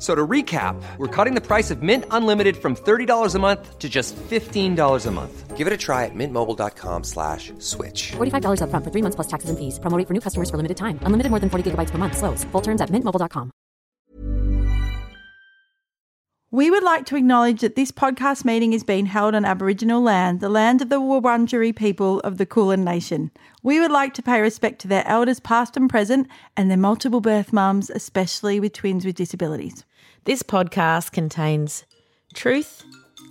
So to recap, we're cutting the price of Mint Unlimited from $30 a month to just $15 a month. Give it a try at mintmobile.com slash switch. $45 upfront for three months plus taxes and fees. Promo rate for new customers for limited time. Unlimited more than 40 gigabytes per month. Slows. Full terms at mintmobile.com. We would like to acknowledge that this podcast meeting is being held on Aboriginal land, the land of the Wurundjeri people of the Kulin Nation. We would like to pay respect to their elders, past and present, and their multiple birth mums, especially with twins with disabilities. This podcast contains truth,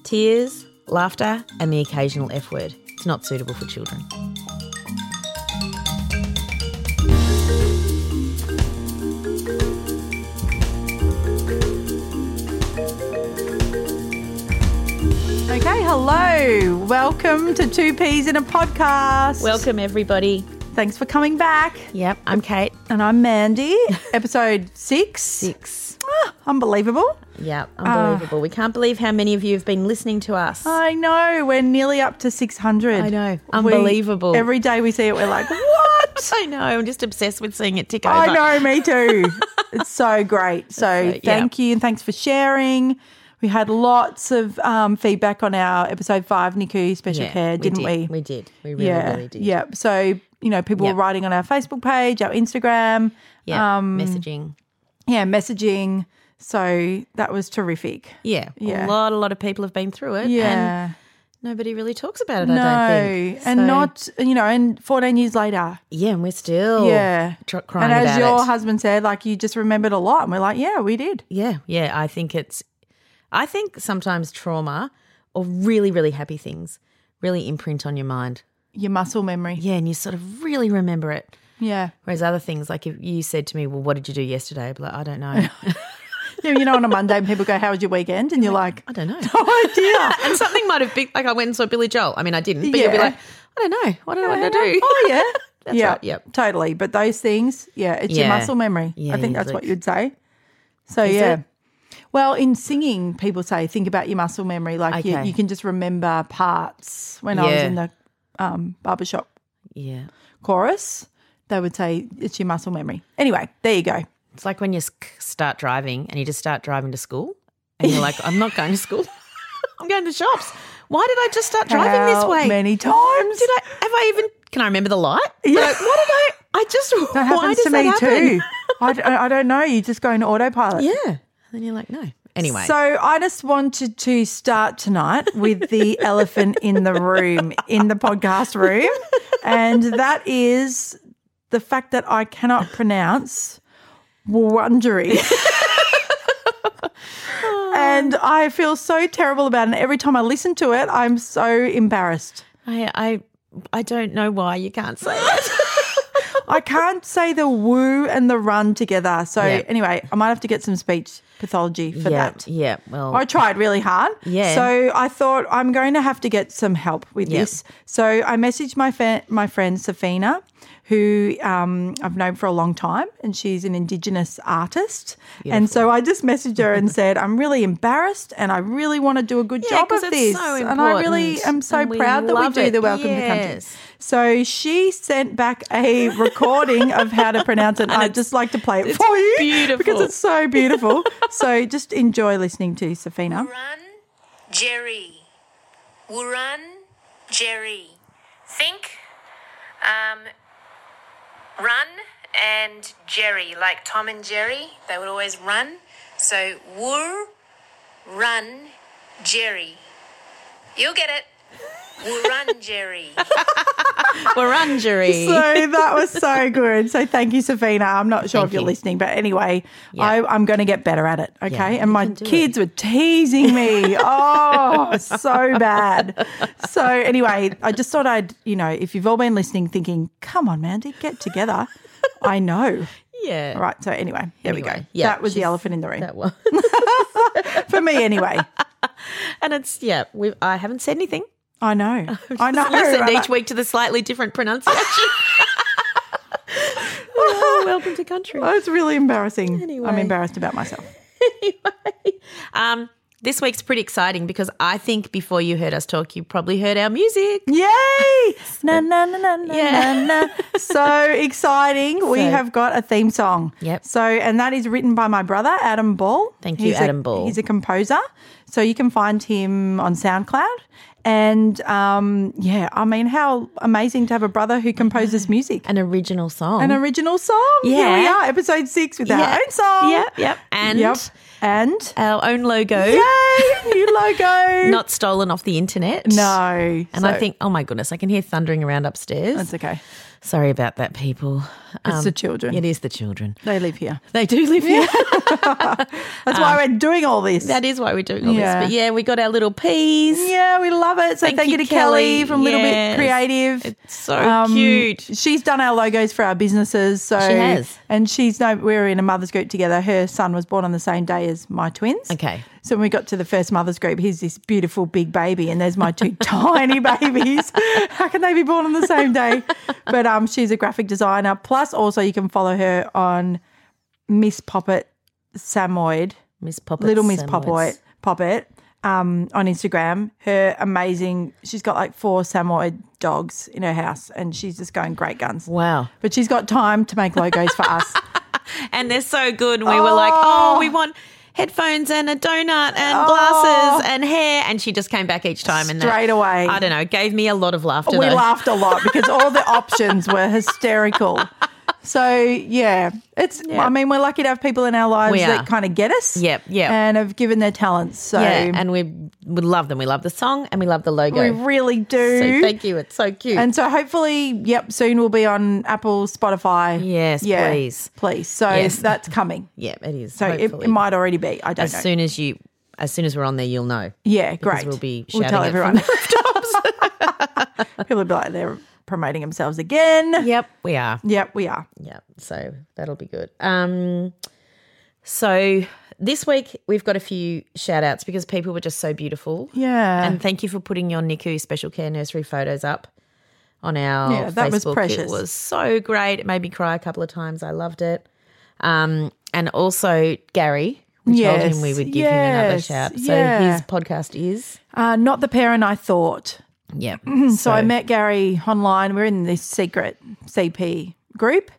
tears, laughter, and the occasional F word. It's not suitable for children. Okay, hello. Welcome to Two Peas in a Podcast. Welcome, everybody. Thanks for coming back. Yep, I'm Kate. And I'm Mandy, episode six. Six. Ah, unbelievable. Yep, unbelievable. we can't believe how many of you have been listening to us. Ah. I know. We're nearly up to 600. I know. We- Unbelievable. every day we see it, we're like, what? I know. I'm just obsessed with seeing it tick over. I know, me too. it's so great. So right, yeah. thank you and thanks for sharing. We had lots of um, feedback on our episode five Niku special Yeah, care, didn't we? Did. We did. We really, yeah, really did. yeah. So you know, people Yeah. were writing on our Facebook page, our Instagram, um, Yeah. messaging. yeah, messaging. So that was terrific. Yeah. yeah. A lot, a lot of people have been through it. And Yeah, nobody really talks about it, no, I don't think. and So- not you know, and fourteen years later, Yeah, and we're still yeah, Oh, tr- crying and as about your it. husband said, like you just remembered a lot, and we're like, yeah, we did. Yeah, yeah. I think it's, I think sometimes trauma or really, really happy things really imprint on your mind. Your muscle memory, Yeah, and you sort of really remember it. yeah. Whereas other things, like if you said to me, "Well, what did you do yesterday?" I'd be like, "I don't know. Yeah, you know, on a Monday, people go, "How was your weekend?" And you're like, "Oh, I don't know." "No idea." and something might have been like I went and saw Billy Joel. I mean, I didn't, but you'd be Yeah. like, "I don't know. What do I want to do?" oh yeah, That's yeah, right, yep. totally. But those things, yeah, it's your Yeah. muscle memory. Yeah, I think you that's do. what you'd say. So Is yeah. it? Well, in singing, people say think about your muscle memory. Like you, Okay. you can just remember parts. When I was Yeah. in the um, barbershop Yeah, chorus, they would say it's your muscle memory. Anyway, there you go. it's like when you s- start driving and you just start driving to school, and you're like, "I'm not going to school. I'm going to shops. Why did I just start driving this How way?" many times. Did I have I even can I remember the light? Yeah. Like, what did I I just that why happens does to that me happen? too. I, d- I don't know. You just go into autopilot. Yeah. And then you're like, no. Anyway. So I just wanted to start tonight with the elephant in the room, in the podcast room. And that is the fact that I cannot pronounce Wurundjeri. and I feel so terrible about it. And every time I listen to it, I'm so embarrassed. I I I don't know why you can't say that. I can't say the woo and the run together. So Yeah. anyway, I might have to get some speech pathology for yeah, that. yeah. Well, I tried really hard. Yeah. So I thought I'm going to have to get some help with Yep. this. So I messaged my fa- my friend Safina, who um, I've known for a long time, and she's an Indigenous artist. And so I just messaged her and said, I'm really embarrassed, and I really want to do a good Yeah, job 'cause of it's this, so and I really important, am so and we proud that we love do it. the Welcome to Country. Yes. So she sent back a recording of how to pronounce it. and I'd just like to play it for you because beautiful. it's so beautiful. so just enjoy listening to Safina. Wuran Jerry. Wuran Jerry. Think um, run and Jerry, like Tom and Jerry, they would always run. So wur run Jerry. You'll get it. Wuran Jerry. Wurundjeri. So that was so good. So thank you, Safina. I'm not sure if Thank you're you. listening, but anyway, I, I'm going to get better at it. Okay. and my kids were teasing me. oh, so bad. So anyway, I just thought I'd, you know, if you've all been listening, thinking, come on, Mandy, get together. I know. yeah. All right. So anyway, there we go. Anyway, yeah, that was the she's- elephant in the room That one. for me. Anyway, and it's yeah. We I haven't said anything. I know. I know. Listened I'm each like, week to the slightly different pronunciation. Oh, welcome to country. Oh, it's really embarrassing. I'm Anyway. embarrassed about myself. Um, this week's pretty exciting because I think before you heard us talk, you probably heard our music. Yay! na na na na na Yeah. na. na. So exciting. we So- have got a theme song. Yep. So and that is written by my brother Adam Ball. Thank you, He's a- Adam Ball. He's a composer. So you can find him on SoundCloud. And um, yeah, I mean, how amazing to have a brother who composes music. An original song. An original song. Here we Yeah. are, episode six with our Yeah. own song. Yep, yep. And- Yep. And our own logo. Yay! New logo. Not stolen off the internet. No. And I think, oh my goodness, I can hear thundering around upstairs. that's okay. Sorry about that, people. It's the children. um, It is the children. They live here. They do live here. That's why we're doing all this. Um, That is why we're doing all Yeah. this. But yeah, we got our little peas. Yeah, we love it. So thank, Thank you, to you, Kelly, Kelly. from Little Bit Yes. Creative. Um, It's so cute. She's done our logos for our businesses. So She has. And she's no, we were in a mother's group together. Her son was born on the same day as my twins. Okay. So when we got to the first mother's group, here's this beautiful big baby, and there's my two tiny babies. How can they be born on the same day? But um, she's a graphic designer. Plus, also you can follow her on Miss Poppet Samoyed. Miss Poppet. Little Miss Samoyeds. Poppet, Poppet um, on Instagram. Her amazing, she's got like four Samoyed dogs in her house and she's just going great guns. Wow. But she's got time to make logos for us. And they're so good. And we were like, oh, we want headphones and a donut and glasses and hair. And she just came back each time. And that- Oh. Straight away. I don't know. Gave me a lot of laughter. we though. laughed a lot because all the options were hysterical. So yeah, it's. I mean, we're lucky to have people in our lives We are. that kind of get us. Yep, yep. And have given their talents. So Yeah. And we, we love them. We love the song and we love the logo. we really do. so thank you. It's so cute. And so hopefully, yep, soon we'll be on Apple, Spotify. Yes, please. Please. So Yes. that's coming. yeah, it is. So it, it hopefully. might already be. I don't as know. soon as you as soon as we're on there you'll know yeah, because great. we'll be We'll shouting tell it everyone. People will be like, they're promoting themselves again. yep we are Yep, we are. yep so that'll be good um so this week we've got a few shout outs because people were just so beautiful Yeah. and thank you for putting your NICU special care nursery photos up on our Yeah, that was Facebook. precious. It was so great. It made me cry a couple of times. I loved it. Um, and also Gary, we told Yes, him we would give him another yes, shout. So yeah. his podcast is uh, not the parent I thought. yeah. So I met Gary online. We're in this secret CP group,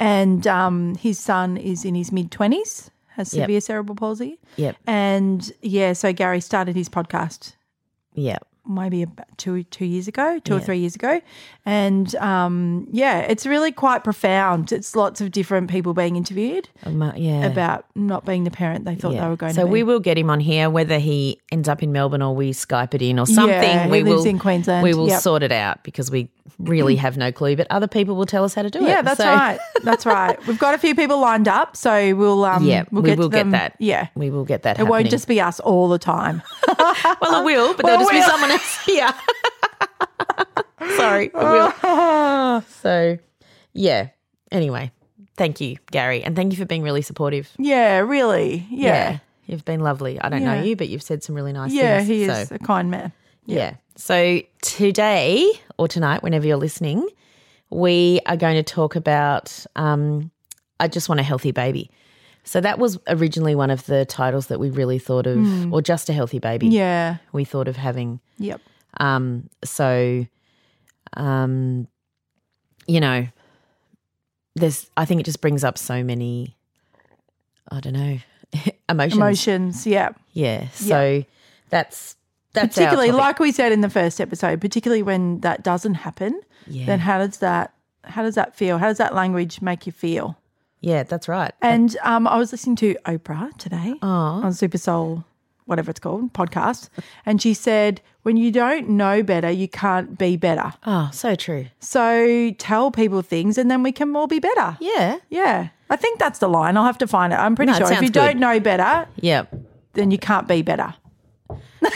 and um, his son is in his mid 20s, has Yep. severe cerebral palsy. Yep. And yeah, so Gary started his podcast yeah. maybe about two two years ago, two or three years ago, and um, yeah, it's really quite profound. It's lots of different people being interviewed Um, yeah. about not being the parent they thought they Yeah. were going so to be. we will get him on here, whether he ends up in Melbourne or we Skype it in or something. Yeah, we he lives will in Queensland. We will Yep. sort it out because we really have no clue. But other people will tell us how to do it. yeah, that's So- right. That's right. We've got a few people lined up, so we'll um, Yeah, we'll we get to will them. get that. Yeah, we will get that. it won't happening. just be us all the time. well, it will, but Well, there'll just be we'll- someone else here. Sorry, it will. So, yeah. Anyway, thank you, Gary, and thank you for being really supportive. yeah, really. Yeah. You've been lovely. I don't Yeah. know you, but you've said some really nice yeah, things. he So, is a kind man. yeah. So today or tonight, whenever you're listening, we are going to talk about um, I Just Want a Healthy Baby. So that was originally one of the titles that we really thought of, or Just a Healthy Baby. Hmm. Yeah. We thought of having Yep. um, so, um, you know, there's. I think it just brings up so many. I don't know emotions. Emotions. Yeah. Yeah. So that's that's our particularly, topic. like we said in the first episode, particularly when that doesn't happen, yeah, then how does that how does that feel? How does that language make you feel? yeah, that's right. And um, I was listening to Oprah today oh, on Super Soul, whatever it's called, podcast, and she said, "When you don't know better, you can't be better. oh, so true. So tell people things, and then we can all be better." Yeah. Yeah. I think that's the line. I'll have to find it. I'm pretty No, it sure. If sounds you good. don't know better, Yeah. then you can't be better.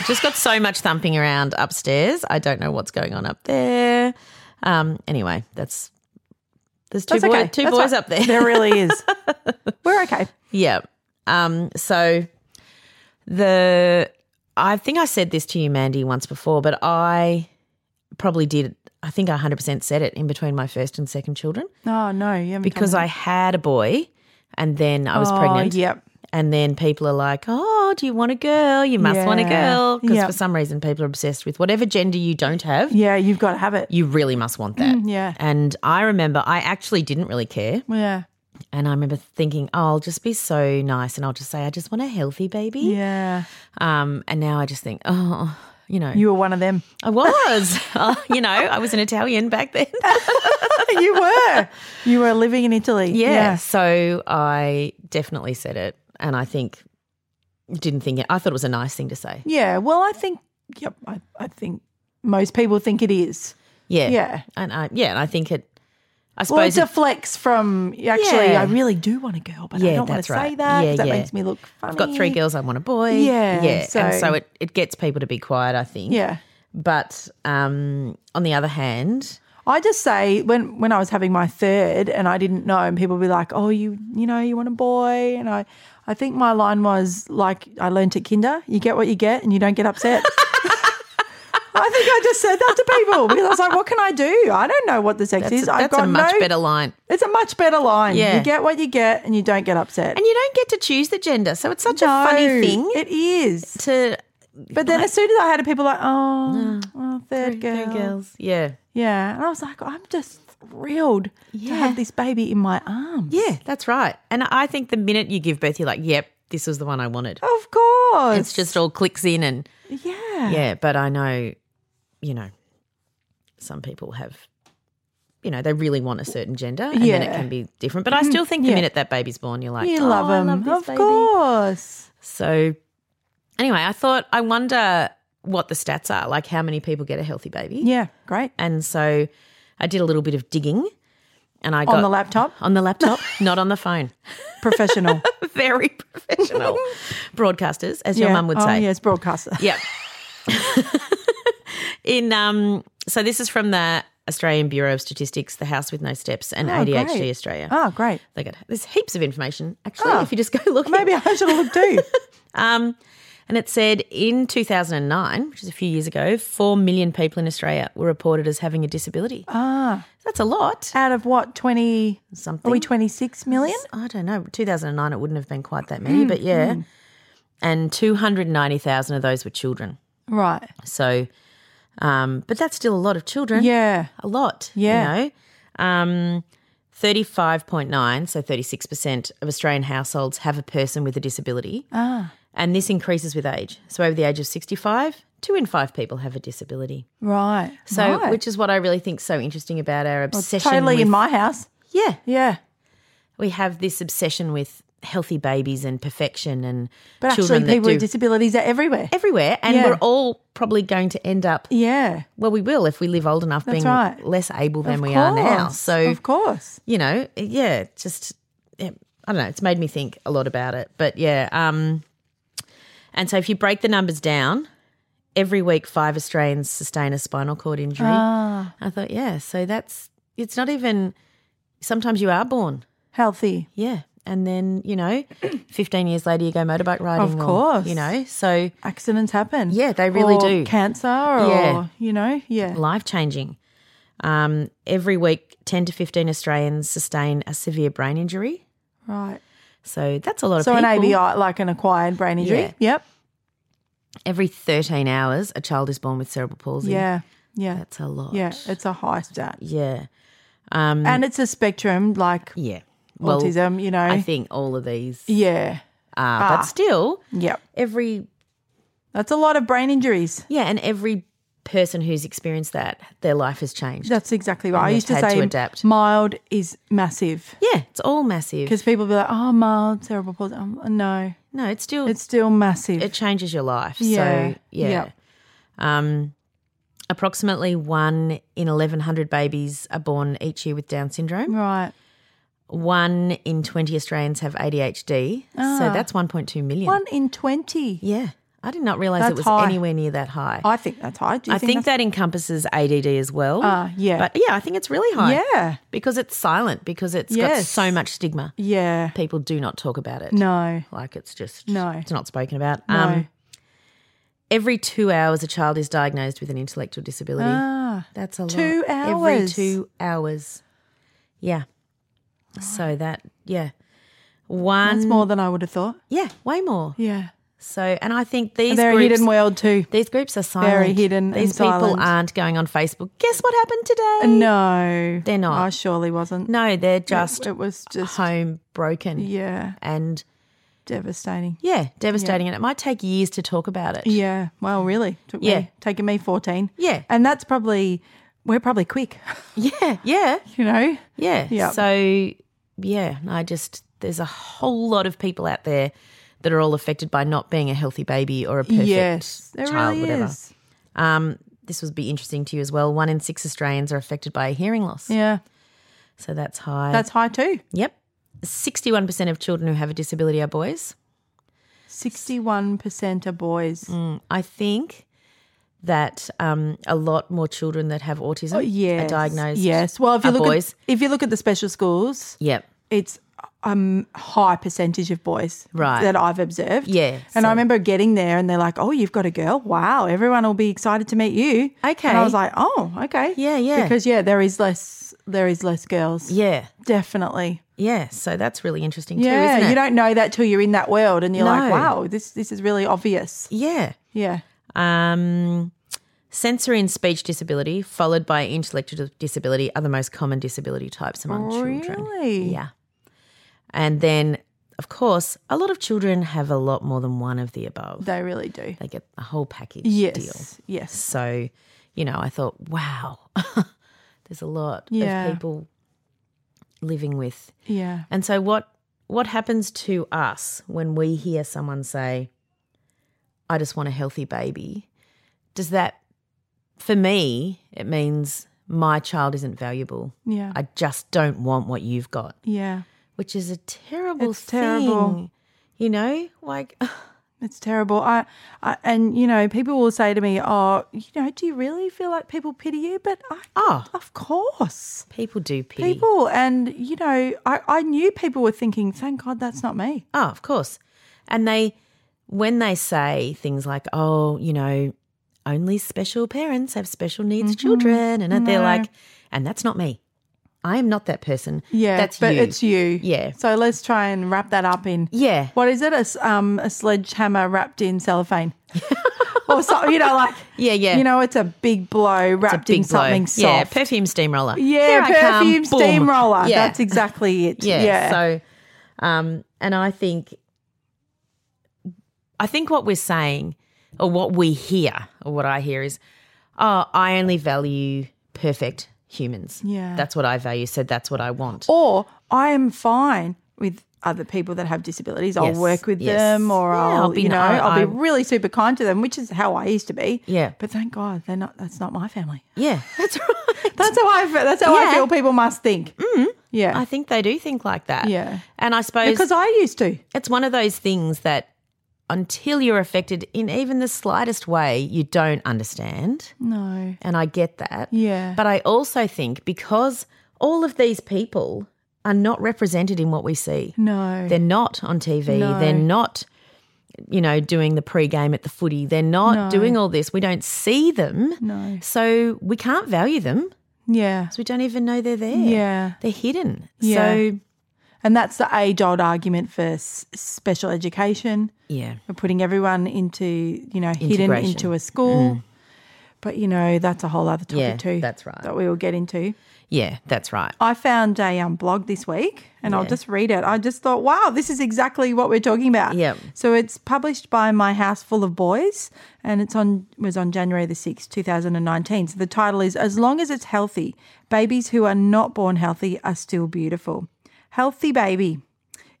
Just got so much thumping around upstairs. I don't know what's going on up there. Um. Anyway, that's there's two That's boy, okay. two That's boys right. up there. There really is. We're okay. Yeah. Um, so the I think I said this to you, Mandy, once before, but I probably did I think I hundred percent said it in between my first and second children. Oh no, you haven't Because I had a boy and then I was oh, pregnant. Yep. And then people are like, Oh, do you want a girl? You must want a Yeah. girl. Because Yep. for some reason people are obsessed with whatever gender you don't have, Yeah, you've got to have it. you really must want that. yeah. And I remember I actually didn't really care. Yeah. And I remember thinking, oh, I'll just be so nice and I'll just say, I just want a healthy baby. Yeah. Um, and now I just think, oh, you know, You were one of them. I was, Oh, you know, I was an Italian back then. you were. You were living in Italy. Yeah. So I definitely said it. And I think, didn't think it, I thought it was a nice thing to say. Yeah. Well, I think, yep, I, I think most people think it is. Yeah. Yeah. And I, yeah, and I think it, I Well, it suppose, it- deflects from actually, Yeah. I really do want a girl, but I Yeah, don't want that's to say right. that. 'cause Yeah, that yeah. makes me look funny. I've got three girls, I want a boy. Yeah, Yeah. and so- so it, it gets people to be quiet, I think. Yeah. But um, on the other hand, I just say when when I was having my third and I didn't know, and people would be like, "Oh, you you know you want a boy," and I I think my line was like I learnt at kinder, you get what you get, and you don't get upset. I think I just said that to people because I was like, "What can I do? I don't know what the sex that's, is. I've that's got a much no. better line. It's a much better line. Yeah. You get what you get, and you don't get upset. And you don't get to choose the gender. So it's such a No, funny thing It is. to But then as soon as I had it, people were like, "Oh, oh third girl, girls. Yeah. yeah," and I was like, "I'm just." Thrilled to Yeah. have this baby in my arms. Yeah, that's right. And I think the minute you give birth, you're like, yep, this was the one I wanted. Of course. It's just all clicks in and yeah. yeah, but I know, you know, some people have you know, they really want a certain gender and then Yeah. it Mm-hmm. can be different. But I still think the Yeah. minute that baby's born, you're like, You oh, love I them. this of baby. course. So anyway, I thought I wonder what the stats are, like how many people get a healthy baby. Yeah. Great. And so I did a little bit of digging and I got On the laptop. on the laptop, not on the phone. Professional. Very professional broadcasters, as your Yeah. mum would oh, say. Yes, broadcaster. Yep. In um so this is from the Australian Bureau of Statistics, The House with No Steps and ADHD great. Australia. Oh, great. They got there's heaps of information actually if you just go look. Maybe I should look too. Um, and it said in 2009, which is a few years ago, 4 million people in Australia were reported as having a disability. Ah. That's a lot. Out of what, 20 Something. Are we 26 million? I don't know. 2009, it wouldn't have been quite that Mm, many, but yeah. And 290,000 of those were children. Right. So, um, but that's still a lot of children. Yeah. A lot. Yeah. You know? Um, 35.9, so 36% of Australian households have a person with a disability. Ah. And this increases with age. So, over the age of 65, two in five people have a disability. Right. So, Right. which is what I really think is so interesting about our obsession. totally with, in my house. Yeah. Yeah. We have this obsession with healthy babies and perfection and But children actually, people that do with disabilities are everywhere. everywhere. And Yeah. we're all probably going to end up yeah. Well, we will if we live old enough, That's being right. less able than Of we are now. course. So, of course. you know, yeah, just, yeah, I don't know. It's made me think a lot about it. But yeah. Um, and so, if you break the numbers down, every week, five Australians sustain a spinal cord injury. Ah. I thought, yeah, so that's, it's not even, sometimes you are born. Healthy. Yeah. And then, you know, 15 years later, you go motorbike riding. or, course. you know, so Accidents happen. Yeah, they really Or do. Cancer or, Yeah. you know, yeah. life changing. Um, every week, 10 to 15 Australians sustain a severe brain injury. Right. So that's a lot of So an people. ABI, like an acquired brain injury. Yeah. Yep. Every 13 hours, a child is born with cerebral palsy. Yeah. Yeah. That's a lot. Mm. yeah. It's a high stat. Yeah. And it's a spectrum like Yeah. autism, you know. I think all of these yeah. are, but still, Yep. every That's a lot of brain injuries. yeah, and every person who's experienced that, their life has changed. That's exactly right. I they've used to had to say adapt. mild is massive yeah, it's all massive. because people be like, oh, mild cerebral palsy. Um, no, No, it's still it's still massive. it changes your life. Yeah. So yeah. Yep. Um approximately one in eleven hundred babies are born each year with Down syndrome. right. One in twenty Australians have ADHD. So that's one point two million. Ah. One in 20. yeah. I did not realise it That's was high. anywhere near that high. I think that's high. Do you I think, that's- that encompasses ADD as well. Ah, yeah. But yeah, I think it's really high. Yeah. Because it's silent, because it's got Yes. so much stigma. Yeah. People do not talk about it. No. Like it's just, No. it's not spoken about. Um, No. every two hours, a child is diagnosed with an intellectual disability. Ah. That's a two lot. Every hours. two hours. Yeah. So that, yeah. One. That's more than I would have thought. Yeah, way more. Yeah. So, and I think these And they're groups, a hidden world too. These groups are silent. Very hidden and These people silent. aren't going on Facebook. Guess what happened today? No. They're not. I surely wasn't. No, they're It- just It, was just. home broken. Yeah. And Devastating. yeah, devastating. And it might take years to talk about it. Yeah. Well, really. Took Yeah. Me, taking me 14. Yeah. And that's probably, we're probably quick, Yeah. Yeah. you know? Yeah. Yeah. So yeah, I just there's a whole lot of people out there that are all affected by not being a healthy baby or a perfect yes. It child, really whatever. is. Um this would be interesting to you as well. One in six Australians are affected by a hearing loss. Yeah. So that's high. That's high too. yep. Sixty one percent of children who have a disability are boys. 61% are boys. I think that um, a lot more children that have autism Oh, yes. are diagnosed. Yes. Well, if you are look boys. at if you look at the special schools, yep. it's um high percentage of boys Right. that I've observed. Yeah, And so- I remember getting there and they're like, "Oh, you've got a girl. Wow, everyone will be excited to meet you." Okay. And I was like, "Oh, okay." Yeah, yeah. Because yeah, there is less there is less girls. Yeah. Definitely. Yeah. So that's really interesting too, Yeah, isn't it? you don't know that till you're in that world and you're like, No. "Wow, this this is really obvious." Yeah. Yeah. Um, sensory and speech disability, followed by intellectual disability, are the most common disability types among children. Oh, Really? Yeah. And then, of course, a lot of children have a lot more than one of the above. They really do. They get a whole package Yes. deal. Yes. So, you know, I thought, wow, there's a lot Yeah. of people living with. Yeah. And so what what happens to us when we hear someone say, I just want a healthy baby? Does that for me, it means my child isn't valuable. Yeah. I just don't want what you've got, yeah. which is a terrible It's terrible. thing, You know, like It's terrible. I, I and you know, people will say to me, "Oh, you know, do you really feel like people pity you?" But I, Oh. of course, people do pity. people. And you know, I, I knew people were thinking, "Thank God that's not me." Oh, of course. And they, when they say things like, oh, you know, only special parents have special needs Mm-hmm. children, and they're like, and that's not me. I am not that person. Yeah, that's but you. it's you. Yeah. So let's try and wrap that up in. Yeah. What is it? A s- um a sledgehammer wrapped in cellophane, or something. You know, like Yeah, yeah. You know, it's a big blow It's a wrapped in big blow. something Yeah, soft. perfume steamroller. Here Yeah, I come. perfume Boom. steamroller. Yeah. That's exactly it. yeah. yeah. So, um, and I think, I think what we're saying, or what we hear, or what I hear is, oh, I only value perfect humans. Yeah. that's what I value. So that's what I want. or I am fine with other people that have disabilities. I'll Yes, work with yes. them, or Yeah, I'll, I'll be you know, ni- I'll be I- really super kind to them, which is how I used to be. Yeah. but thank God they're not. That's not my family. yeah, that's right. That's how I. fe- That's how I Yeah. Mm. feel. People must think. Mm-hmm. Yeah, I think they do think like that. Yeah. and I suppose because I used to. it's one of those things that until you're affected in even the slightest way, you don't understand. No. And I get that. Yeah. But I also think because all of these people are not represented in what we see. No. They're not on TV. No. They're not, you know, doing the pre-game at the footy. They're not No. doing all this. We don't see them. No. So we can't value them Yeah. because we don't even know they're there. Yeah. They're hidden. Yeah. So, And that's the age old argument for s- special education. yeah. We're putting everyone into, you know, hidden Integration. Mm. into a school. But, you know, that's a whole other topic Yeah, too. that's right. That we will get into. Yeah, that's right. I found a um, blog this week and I'll just read it. I just thought, wow, this is exactly what we're talking about. Yep. So it's published by My House Full of Boys and it's on was on January the 6th, 2019. So the title is As Long as It's Healthy, Babies Who Are Not Born Healthy Are Still Beautiful. Healthy baby.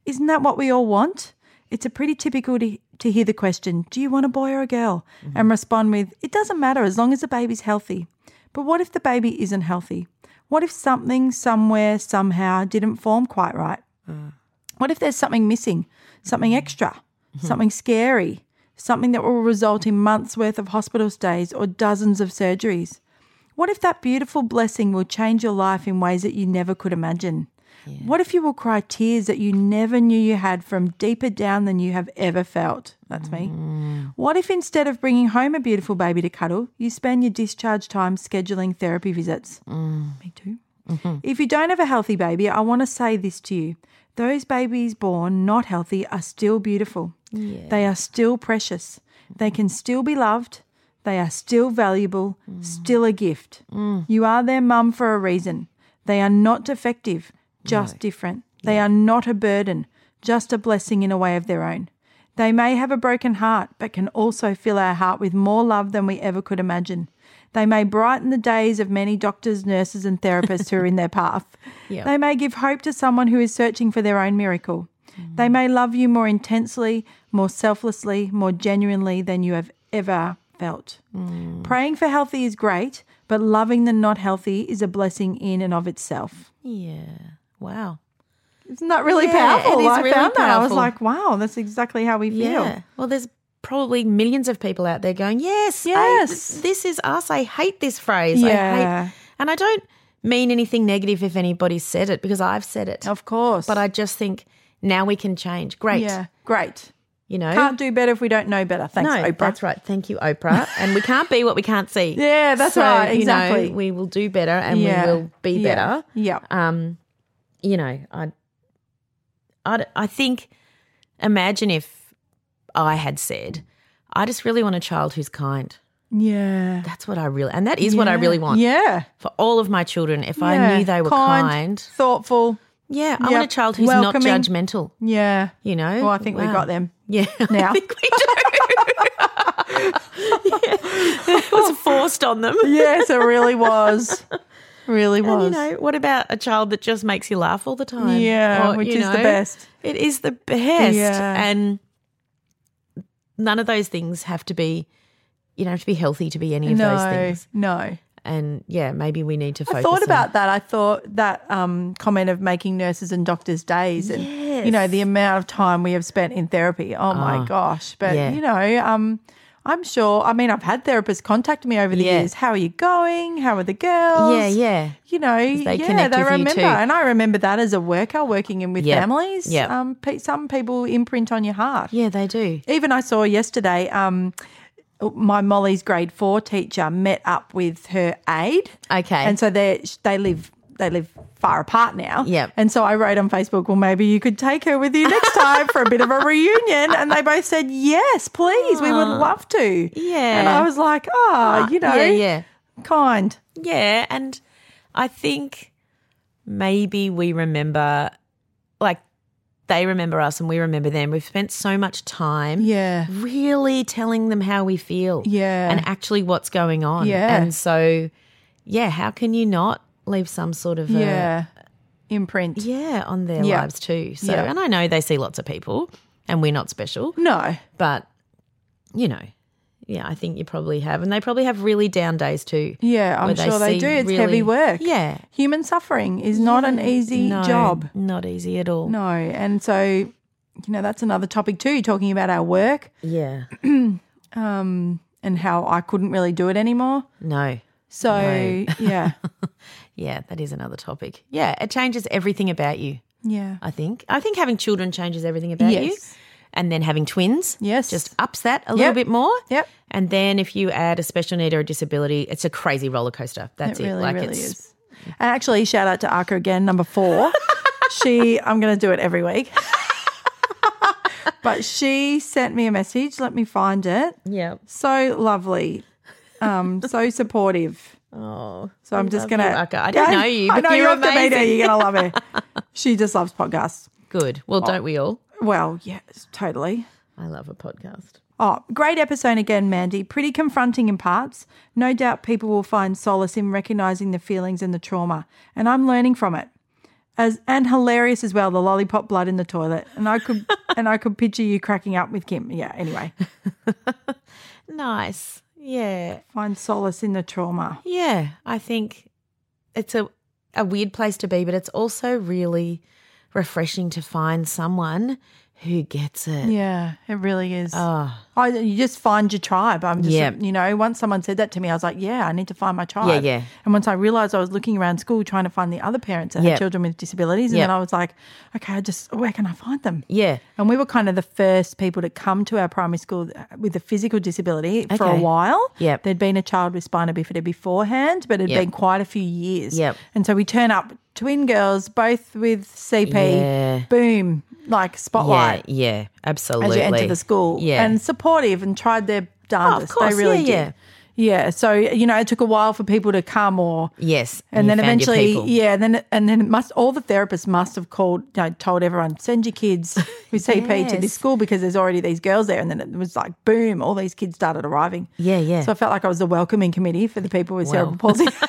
Isn't that what we all want? It's a pretty typical to, to hear the question, Do you want a boy or a girl? and respond with, It doesn't matter as long as the baby's healthy. But what if the baby isn't healthy? What if something, somewhere, somehow didn't form quite right? What if there's something missing, something extra, something scary, something that will result in months worth of hospital stays or dozens of surgeries? What if that beautiful blessing will change your life in ways that you never could imagine? What if you will cry tears that you never knew you had from deeper down than you have ever felt? That's me. What if instead of bringing home a beautiful baby to cuddle, you spend your discharge time scheduling therapy visits? Me too. If you don't have a healthy baby, I want to say this to you. Those babies born not healthy are still beautiful. They are still precious. They can still be loved. They are still valuable, still a gift. You are their mum for a reason. They are not defective, just different. They are not a burden, just a blessing in a way of their own. They may have a broken heart, but can also fill our heart with more love than we ever could imagine. They may brighten the days of many doctors, nurses, and therapists who are in their path. They may give hope to someone who is searching for their own miracle. They may love you more intensely, more selflessly, more genuinely than you have ever felt. Praying for healthy is great, but loving the not healthy is a blessing in and of itself. Yeah. Wow. Isn't that really Yeah, it powerful? is I really found that. I was powerful. like, wow, that's exactly how we feel. Yeah. Well, there's probably millions of people out there going, yes, I- Yes. this is us. I hate this phrase. I Yeah. hate, and I don't mean anything negative if anybody said it because I've said it. Of course. But I just think now we can change. Great. Yeah, great. You know, Can't do better if we don't know better. Thanks, no, Oprah. that's right. Thank you, Oprah. And we can't be what we can't see. Yeah, that's right. you know, Exactly. we will do better and Yeah. we will be Yeah. better. Yeah. Um, you know, I, I, I think. Imagine if I had said, "I just really want a child who's kind." Yeah. That's what I really, and that is what I Yeah. really want. Yeah. For all of my children, if I Yeah. knew they were kind, Kind, Thoughtful. yeah, I Yep. want a child who's Welcoming. not judgmental. Yeah. You know, Well, I think we Wow. got them. Yeah, Now. I think we do. yeah. It was forced on them. Yes, it really was. Really And, was. you know, what about a child that just makes you laugh all the time? Yeah, which you is the best. It is the best. Yeah. And none of those things have to be, you don't have to be healthy to be any of no, those things. no. And yeah, maybe we need to focus I thought on- about that. I thought that um, comment of making nurses and doctors days, and you know the amount of time we have spent in therapy. Oh my gosh! But Ah. yeah. you know, um, I'm sure. I mean, I've had therapists contact me over the Yeah. years. How are you going? How are the girls? Yeah, yeah. You know, they yeah, connect they with you remember, too. and I remember that as a worker working in with Yep. families. Yep. Um, pe- some people imprint on your heart. Yeah, they do. Even I saw yesterday, um, my Molly's grade four teacher met up with her aide. Okay. And so they they live they live far apart now. Yep. And so I wrote on Facebook, well, maybe you could take her with you next time for a bit of a reunion. And they both said, yes, please, we would love to. Yeah. Uh, And I was like, oh, you know, yeah, yeah. kind. Yeah, and I think maybe we remember, like, they remember us and we remember them. We've spent so much time, Yeah. really telling them how we feel, Yeah. and actually what's going on, Yeah. And so, yeah, how can you not leave some sort of a, Yeah. Imprint. yeah on their Yeah. lives too? So, Yeah. and I know they see lots of people, and we're not special, No. but you know. Yeah, I think you probably have, and they probably have really down days too. Yeah, I'm where sure they see do. It's really- heavy work. Yeah, Human suffering is not an easy no, job. Not easy at all. No. And so, you know, that's another topic too, talking about our work Yeah. and how I couldn't really do it anymore. No. So, yeah. Yeah, that is another topic. Yeah, it changes everything about you, Yeah. I think. I think having children changes everything about you. Yes. And then having twins Yes. just ups that a little Yep. bit more. Yep. And then if you add a special need or a disability, it's a crazy roller coaster. That's it. it really, like really it's is. And actually, shout out to Arca again, number four. she, I'm going to do it every week. but she sent me a message. Let me find it. Yeah. So lovely, um, so supportive. Oh. So I'm just love gonna. you, Arca. I don't know you, but I know you're you have to meet her. amazing. You're gonna love her. she just loves podcasts. Good. Oh. Well, don't we all? Well, yes, totally. I love a podcast. Oh, great episode again, Mandy. Pretty confronting in parts. No doubt people will find solace in recognizing the feelings and the trauma, and I'm learning from it. As and hilarious as well, the lollipop blood in the toilet, and I could and I could picture you cracking up with Kim. Yeah. Anyway, Nice. Yeah. find solace in the trauma. Yeah, I think it's a a weird place to be, but it's also really refreshing to find someone who gets it. Yeah, it really is. Oh, I, you just find your tribe. I'm just, Yeah. you know, once someone said that to me, I was like, yeah, I need to find my tribe. yeah. And once I realized I was looking around school trying to find the other parents that Yeah. had children with disabilities, and Yeah. then I was like, okay, I just, where can I find them? yeah. And we were kind of the first people to come to our primary school uh, with a physical disability for a Okay. while. Yep. There'd been a child with spina bifida beforehand, but it had Yep. been quite a few years. Yep. And so we turn up, twin girls, both with CP, Yeah. boom, like spotlight Yeah, yeah, as absolutely. you enter the school Yeah. Oh, and supportive and tried their darndest. course, they really yeah, did. Yeah. So, you know, it took a while for people to come or yes. and you then found your eventually people. yeah, and then and then it must all the therapists must have called you know, told everyone, send your kids with CP to Yes. this school because there's already these girls there and then it was like boom, all these kids started arriving. Yeah, yeah. So I felt like I was the welcoming committee for the people with cerebral Wow. palsy.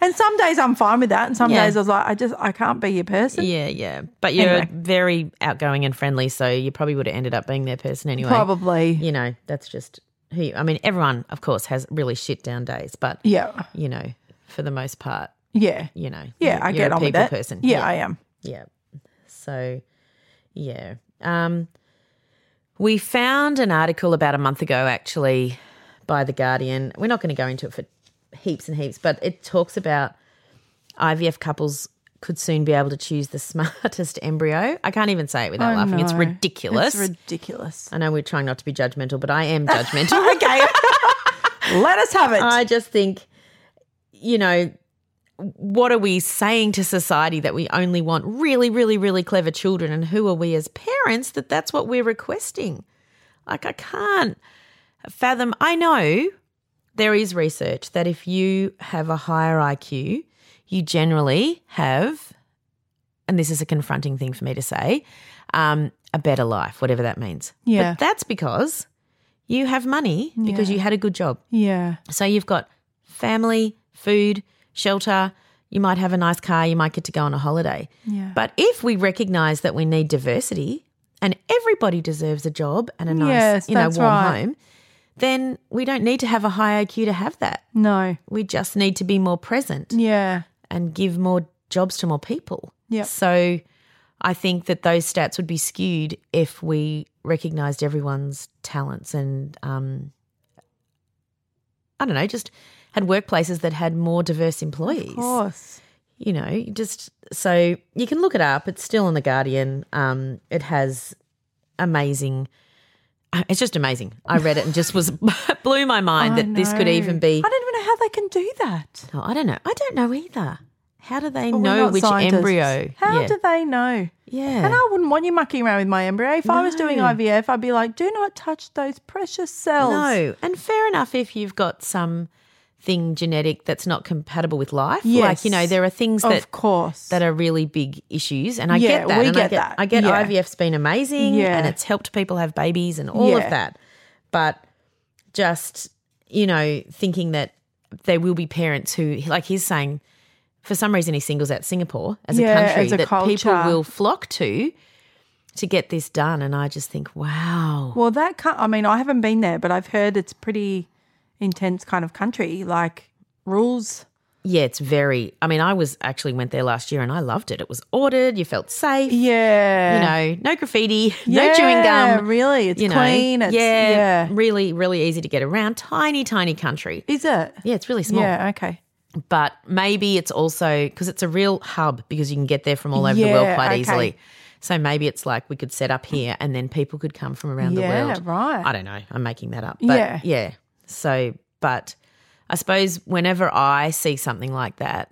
and some days I'm fine with that and some Yeah. days I was like, I just I can't be your person. yeah, yeah. But you're Anyway. very outgoing and friendly, so you probably would have ended up being their person anyway. Probably. You know, that's just who. You, I mean, everyone, of course, has really shit down days, but Yeah. you know, for the most part, Yeah. you know, Yeah, you're, I you're get a on people with it. person. Yeah, I am. Yeah. So, yeah. Um, we found an article about a month ago, actually, by The Guardian. We're not going to go into it for heaps and heaps, but it talks about IVF couples could soon be able to choose the smartest embryo. I can't even say it without I laughing. It's know. ridiculous. Oh, It's ridiculous. I know we're trying not to be judgmental, but I am judgmental. okay. Let us have it. I just think, you know, what are we saying to society that we only want really, really, really clever children? And who are we as parents that that's what we're requesting? Like, I can't fathom. I know there is research that if you have a higher IQ, you generally have, and this is a confronting thing for me to say, um, a better life, whatever that means. Yeah. But that's because you have money because you had a good job. yeah. So you've got family, food, shelter. You might have a nice car. You might get to go on a holiday. Yeah. But if we recognise that we need diversity and everybody deserves a job and a nice, Yes, you know, that's warm right. home, then we don't need to have a high IQ to have that. No. We just need to be more present Yeah. and give more jobs to more people. Yep. So I think that those stats would be skewed if we recognised everyone's talents and um, I don't know, just had workplaces that had more diverse employees. Of course. You know, you just so you can look it up. It's still on the Guardian. Um, it has amazing. uh, It's just amazing. I read it and just was blew my mind I that this could know. even be I don't even know how they can do that. Oh, I don't know. I don't know either. How do they But we're know not which scientists. embryo? How yeah. do they know? yeah. And I wouldn't want you mucking around with my embryo. If I was doing No. IVF, I'd be like, do not touch those precious cells. No. And fair enough if you've got some thing genetic that's not compatible with life. Like, you know, Yes. there are things that of course. that are really big issues. And I Yeah, get that. we and I get get that. I get Yeah. IVF's been amazing Yeah. and it's helped people have babies and all Yeah. of that. But just, you know, thinking that there will be parents who like he's saying for some reason he singles out Singapore as Yeah, a country as a that people culture. will flock to to get this done. And I just think, wow. well, that can't, I mean, I haven't been there, but I've heard it's pretty intense kind of country, like rules. Yeah, it's very I mean, I was actually went there last year and I loved it. It was ordered, you felt safe. Yeah. You know, no graffiti, no chewing Yeah, gum. Really, it's clean. It's, yeah. really, really easy to get around. Tiny, tiny country. Is it? Yeah, it's really small. Yeah. Okay. But maybe it's also because it's a real hub because you can get there from all over the world Yeah, quite okay. easily. So maybe it's like we could set up here and then people could come from around Yeah, the world. right. I don't know. I'm making that up. But Yeah. yeah. So, but I suppose whenever I see something like that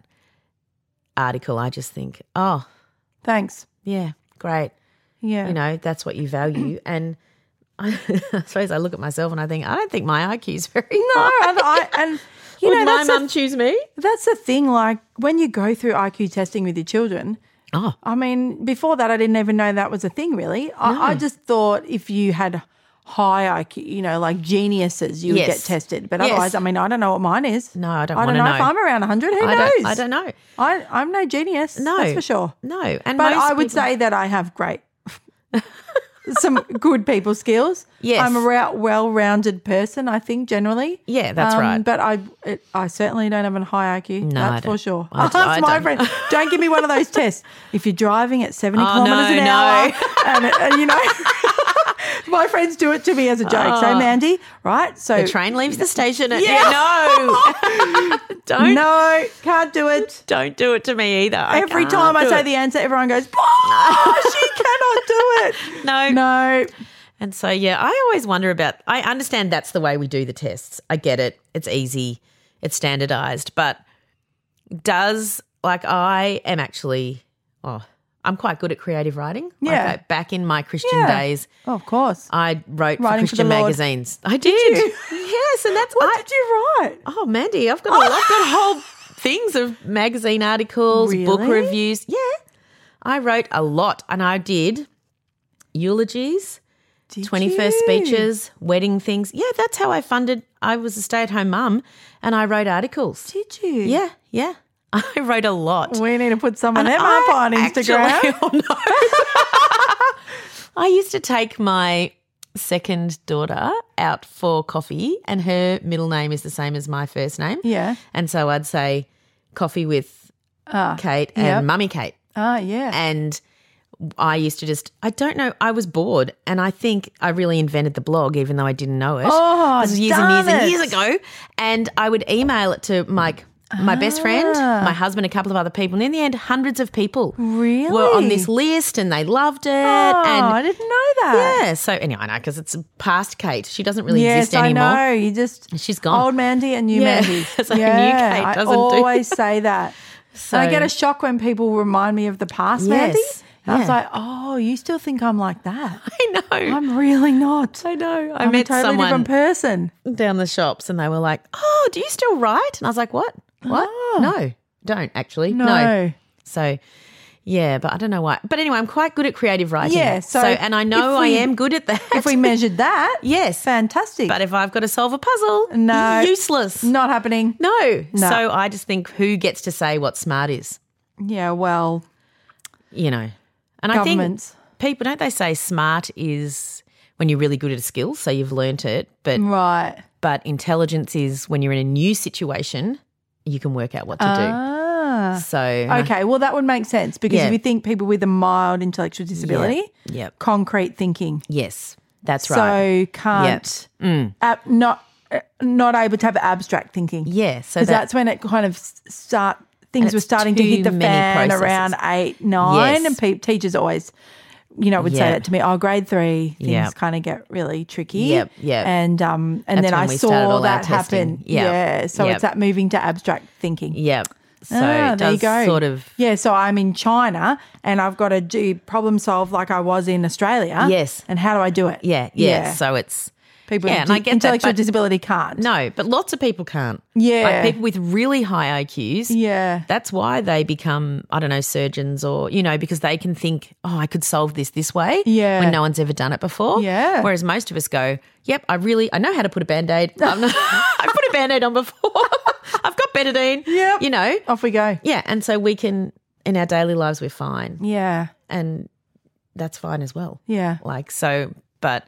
article, I just think, oh, Thanks. yeah, great. Yeah. You know, that's what you value. and I, I suppose I look at myself and I think, I don't think my IQ is very No, high. Oh, and, I, and you Would know, my that's, mum the, choose me? that's the thing. Like, when you go through IQ testing with your children, Oh, I mean, before that, I didn't even know that was a thing, really. I, I just thought if you had high IQ, you know, like geniuses, you would Yes. get tested. But Yes. otherwise, I mean, I don't know what mine is. No, I don't I don't wanna know, know. if I'm around 100. Who I knows? don't, I don't know. I, I'm no genius. No. That's for sure. No. And but most I would people- say that I have great, some good people skills. Yes. I'm a rou- well-rounded person. I think generally. Yeah, that's right. Um, But I, it, I certainly don't have a high IQ. No, I that's don't. for sure. I Ask d- I my don't. friend. Don't give me one of those tests. If you're driving at 70 Oh, kilometers no, an no. hour, and, and you know. My friends do it to me as a joke. So, Mandy, right? So Oh. the train leaves the station at Yeah. yeah. no. don't No, can't do it. don't do it to me either. I Every can't time I do say it. the answer, everyone goes, "Oh, she cannot do it." No. no, And so yeah, I always wonder about I understand that's the way we do the tests. I get it. It's easy. It's standardized, but does like I am actually oh, I'm quite good at creative writing. Like, Yeah. I- back in my Christian Yeah. days, Oh, of course. I wrote for Writing for the Christian Lord. magazines. I did. yes, and that's what I, did you write? Oh, Mandy, I've got a, I've got whole things of magazine articles, book Really? reviews. Yeah, I wrote a lot, and I did eulogies, Did twenty first you? speeches, wedding things. Yeah, that's how I funded. I was a stay at home mum, and I wrote articles. Did you? Yeah, yeah, I wrote a lot. We need to put someone And them up I on Instagram. actually- oh, no. I used to take my second daughter out for coffee, and her middle name is the same as my first name. Yeah. And so I'd say coffee with Kate and yep. Mummy Kate. Ah, yeah. And I used to just, I don't know, I was bored. And I think I really invented the blog, even though I didn't know it. Oh, this was years darn and years and it. years ago. And I would email it to Mike. My best friend, Ah. my husband, a couple of other people, and in the end, hundreds of people Really? were on this list, and they loved it. oh, I and didn't know that. yeah, so anyway, I know because it's past Kate; she doesn't really yes, exist anymore. I know. You just She's gone. Old Mandy and new Yeah. Mandy. So new Kate I doesn't do- always say that. So and I get a shock when people remind me of the past, Mandy. Yes, And I was yeah. like, oh, you still think I'm like that? I know. I'm really not. I know. I I'm met a totally someone different person. down the shops, and they were like, "Oh, do you still write?" And I was like, "What? What? Oh. No, don't actually. No. No. So, yeah, but I don't know why. But anyway, I'm quite good at creative writing. Yeah, so and I know if we- I am good at that. If we measured that, yes, fantastic. but if I've got to solve a puzzle, No. useless. not happening. No. No. So I just think who gets to say what smart is, Yeah, well, you know? And governments. I think people don't they say smart is when you're really good at a skill, so you've learnt it, but Mm. right. but intelligence is when you're in a new situation, you can work out what to Ah. do. So and I- Okay, well, that would make sense because Yeah. if you think people with a mild intellectual disability, Yep. concrete thinking, Yes, that's right. Mm. so can't ab- not uh, not able to have abstract thinking. Yeah. So because that- that's when it kind of s- start things it's were starting to too hit the many fan processes. around eight, nine, Yes. and pe- teachers always. You know, would say Yeah. that to me. Oh, grade three things Yeah. kind of get really tricky. Yep, yep. And um, and That's then I when we started all saw our that testing. happen. Yeah. Yeah. So Yep. it's that moving to abstract thinking. Yep. So Ah, it does sort of yeah. So I'm in China and I've got to do problem solve like I was in Australia. Yes. and how do I do it? yeah, yeah. So it's people with yeah, and di- I get that, intellectual but- disability can't. no, but lots of people can't. Yeah. Like people with really high IQs. Yeah. That's why they become, I don't know, surgeons or, you know, because they can think, oh, I could solve this this way Yeah. when no one's ever done it before. Yeah. Whereas most of us go, yep, I really, I know how to put a band aid. I've put a band aid on before. I've got betadine. Yep. You know? Off we go. Yeah. And so we can, in our daily lives, we're fine. Yeah. And that's fine as well. Yeah. Like, so, but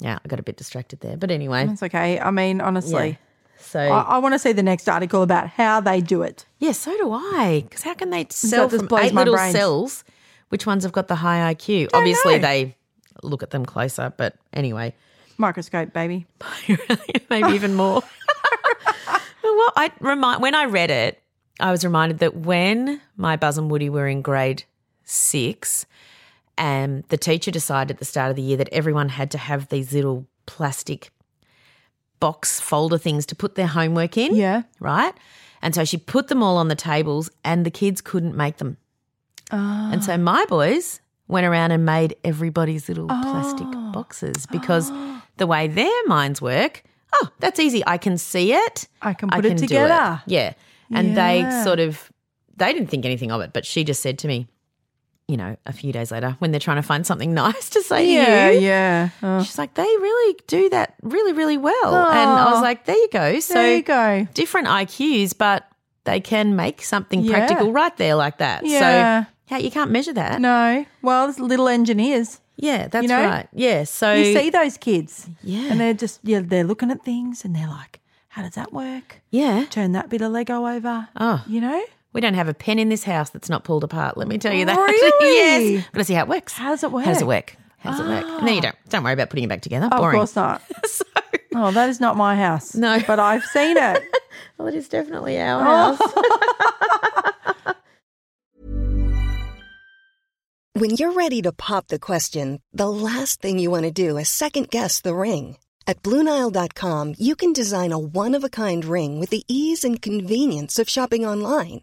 yeah, I got a bit distracted there. But anyway, That's okay. I mean, honestly, so. I, I want to see the next article about how they do it. Yeah, so do I. Because how can they sell just from blows eight my little brains. cells? Which ones have got the high IQ? Obviously, know. they look at them closer, but anyway, Microscope, baby. maybe even more. oh know what? I remind when I read it, I was reminded that when my Buzz and Woody were in grade six, and the teacher decided at the start of the year that everyone had to have these little plastic box folder things to put their homework in. Yeah. Right? And so she put them all on the tables and the kids couldn't make them. And so my boys went around and made everybody's little Oh. plastic boxes because the way their minds work, oh, that's easy. I can see it. I can put it do together. Yeah. And Yeah. they sort of they didn't think anything of it, but she just said to me, you know, a few days later when they're trying to find something nice to say Yeah, to you. yeah. Oh. She's like, they really do that really, really well. And I Aw. was like, there you go. So Oh. there you go. different IQs, but they can make something Yeah. practical right there like that. Yeah. So yeah, you can't measure that. No, well, it's little engineers. Yeah, that's You know? right. Yeah. So You see those kids, Yeah. and they're just yeah, they're looking at things and they're like, "How does that work? yeah. Turn that bit of Lego over." Oh. you know, We don't have a pen in this house that's not pulled apart. Let me tell you that. Really? yes. Gotta see how it works. How does it How does it work? work? How does it work? And then you don't don't worry about putting it back together. Oh, Boring. of course not. oh, that is not my house. No. Oh. but I've seen it. Well, it is definitely our Oh. house. When you're ready to pop the question, the last thing you want to do is second guess the ring. At Bluenile.com, you can design a one of a kind ring with the ease and convenience of shopping online.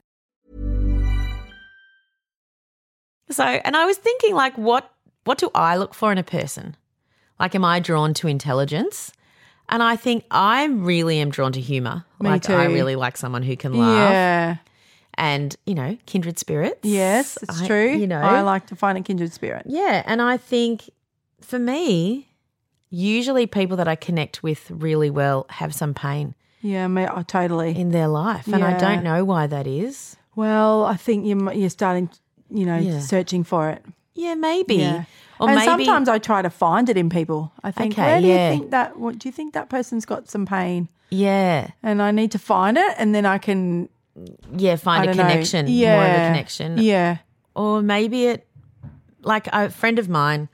So, and I was thinking, like, what what do I look for in a person? Like, am I drawn to intelligence? And I think I really am drawn to humor. Me like, I too. really like someone who can laugh yeah. and you know kindred spirits. Yes, it's I- true. You know, I like to find a kindred spirit. yeah, and I think for me, usually people that I connect with really well have some pain Yeah, me, oh, totally. in their life, and I Yeah. don't know why that is. Well, I think you're, you're starting, you know, Yeah. searching for it. Yeah, maybe. Yeah. Or and maybe sometimes I try to find it in people. I think, Okay, where do yeah. you think that? What do you think that person's got some pain? yeah, And I need to find it, and then I can yeah, I find a don't know. connection, yeah. more of a connection. Yeah, or maybe it like a friend of mine